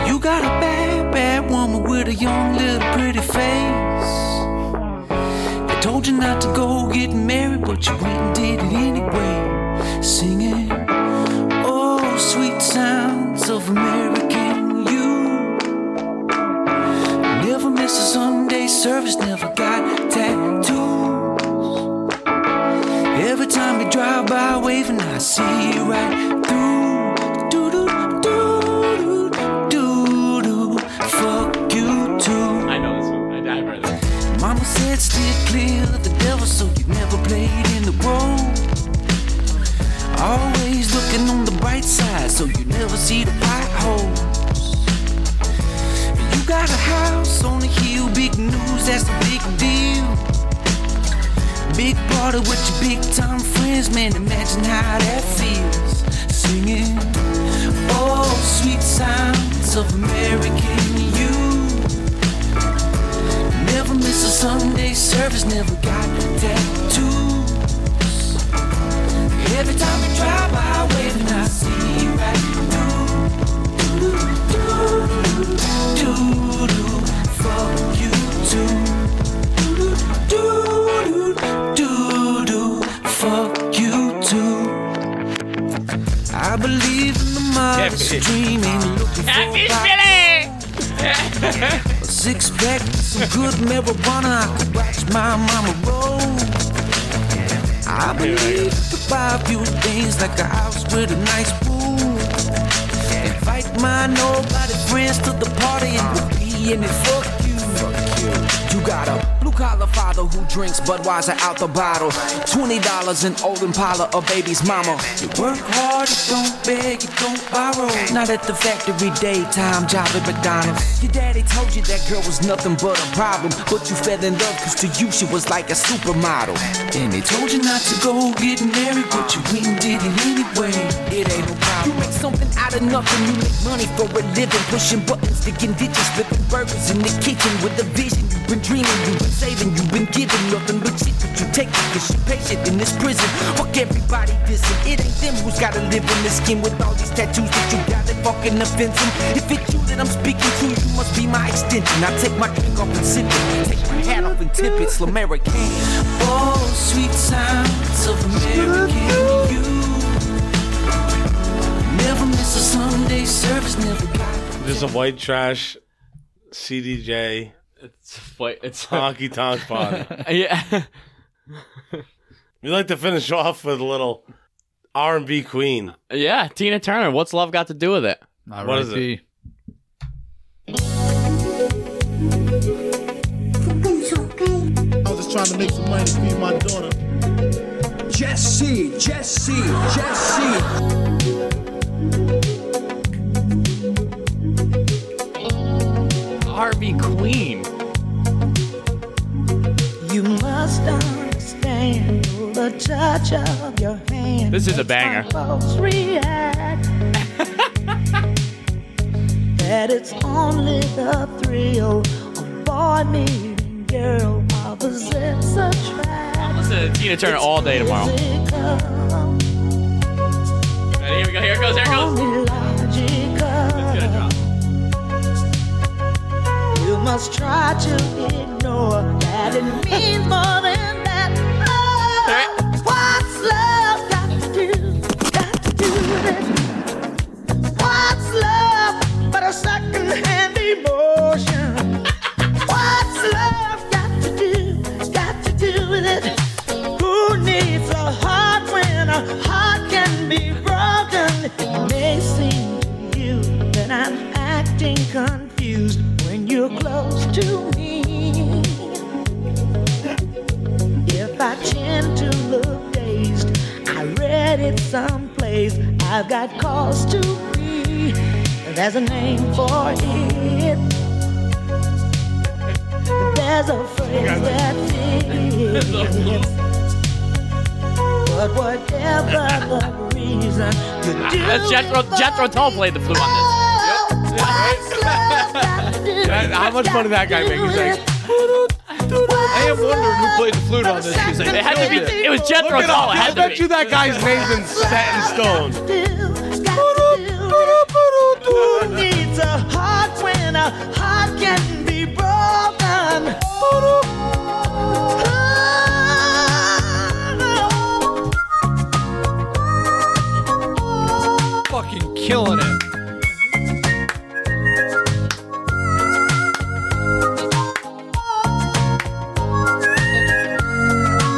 You got a bad, bad woman with a young little pretty face. They told you not to go get married, but you went and did it anyway. Singing, oh, sweet sounds of American you. Never miss a Sunday service, never got tattoos. Every time you drive by waving, I see you right through. Doo-doo, doo-doo, doo-doo. Fuck you too. I know this one. I, I've heard this. Mama said steer clear of the devil, so you never played in the role. Always looking on the bright side, so you never see the potholes. You got a house on the hill, big news, that's a big deal. Big party with your big time friends, man, imagine how that feels. Singing, oh, sweet sounds of American youth. Never miss a Sunday service, never got tattoos. Every time I drive by, waving, I see you right through. Doo-doo, doo-doo, doo-doo, fuck you too. Doo-doo, doo-doo, doo-doo, fuck you too. I believe in the modest dream, ain't looking for a lot. A six pack, some good marijuana. I could watch my mama roll. I believe to buy a few things like a house with a nice pool. Invite my nobody friends to the party and we'll be in it. Fuck you. You got a blue collar father who drinks Budweiser out the bottle. Twenty dollars in old Impala, a baby's mama. You work Hard, you don't beg, you don't borrow. not at the factory daytime job at McDonald's. Your daddy told you that girl was nothing but a problem, but you fell in love because to you she was like a supermodel. And they told you not to go get married, but you went and did it anyway. It ain't no You problem. make something out of nothing. You make money for a living, pushing buttons, digging ditches, flipping burgers in the kitchen with a vision. You've been dreaming, you've been saving, you've been giving nothing but shit. But you take it because you're patient in this prison. Fuck everybody dissing. It ain't them who's gotta live in this skin with all these tattoos that you got that fucking offensive. If it's you that I'm speaking to, you must be my extension. I take my drink off and sip it, take my hat off and tip it. Slamerican. Oh, sweet sounds of American you. Never miss a Sunday service, never got Just a white trash CDJ. It's white. It's honky tonk party. yeah. We like to finish off with a little R and B queen. Yeah, Tina Turner. What's love got to do with it? What is it? I was just trying to make some money to feed my daughter. Jesse, Jesse, Jesse. Harvey Queen. You must understand the touch of your hand. This is a banger. Folks react that it's only the thrill of boy meeting girl opposites attract. Listen to Tina Turner all day tomorrow. Physical. we go. Here it goes. Here it goes. Only logical. It's gonna drop. You must try to ignore that it means more than that. Oh, what's love got to do? Got to do with it. What's love but a second-hand emotion? What's love got to do? Got to do with it. Who needs a heart when a heart can be broken? It may seem to you that I'm acting confused when you're close to me. If I tend to look dazed, I read it someplace. I've got cause to be. There's a name for it. There's a phrase that fits. But whatever the reason, That's Jethro, Jethro Tull played the flute on How much money that guy make? He's like, I am wondering who played the flute on this. He's like, It had to be- "Killed it was Jethro Look it Tull, up. it had to I be." stone. Who needs a heart when a heart can be broken? Fucking killing it.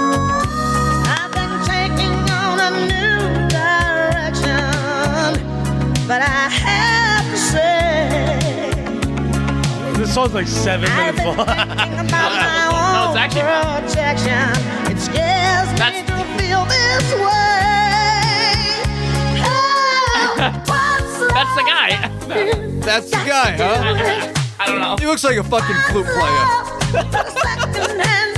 I've been taking on a new direction, but I have to say. This song's like seven minutes long. about my own projection. It scares me to feel this way. That's the guy. That's the guy, huh? I don't know. He looks like a fucking flute player. Secondhand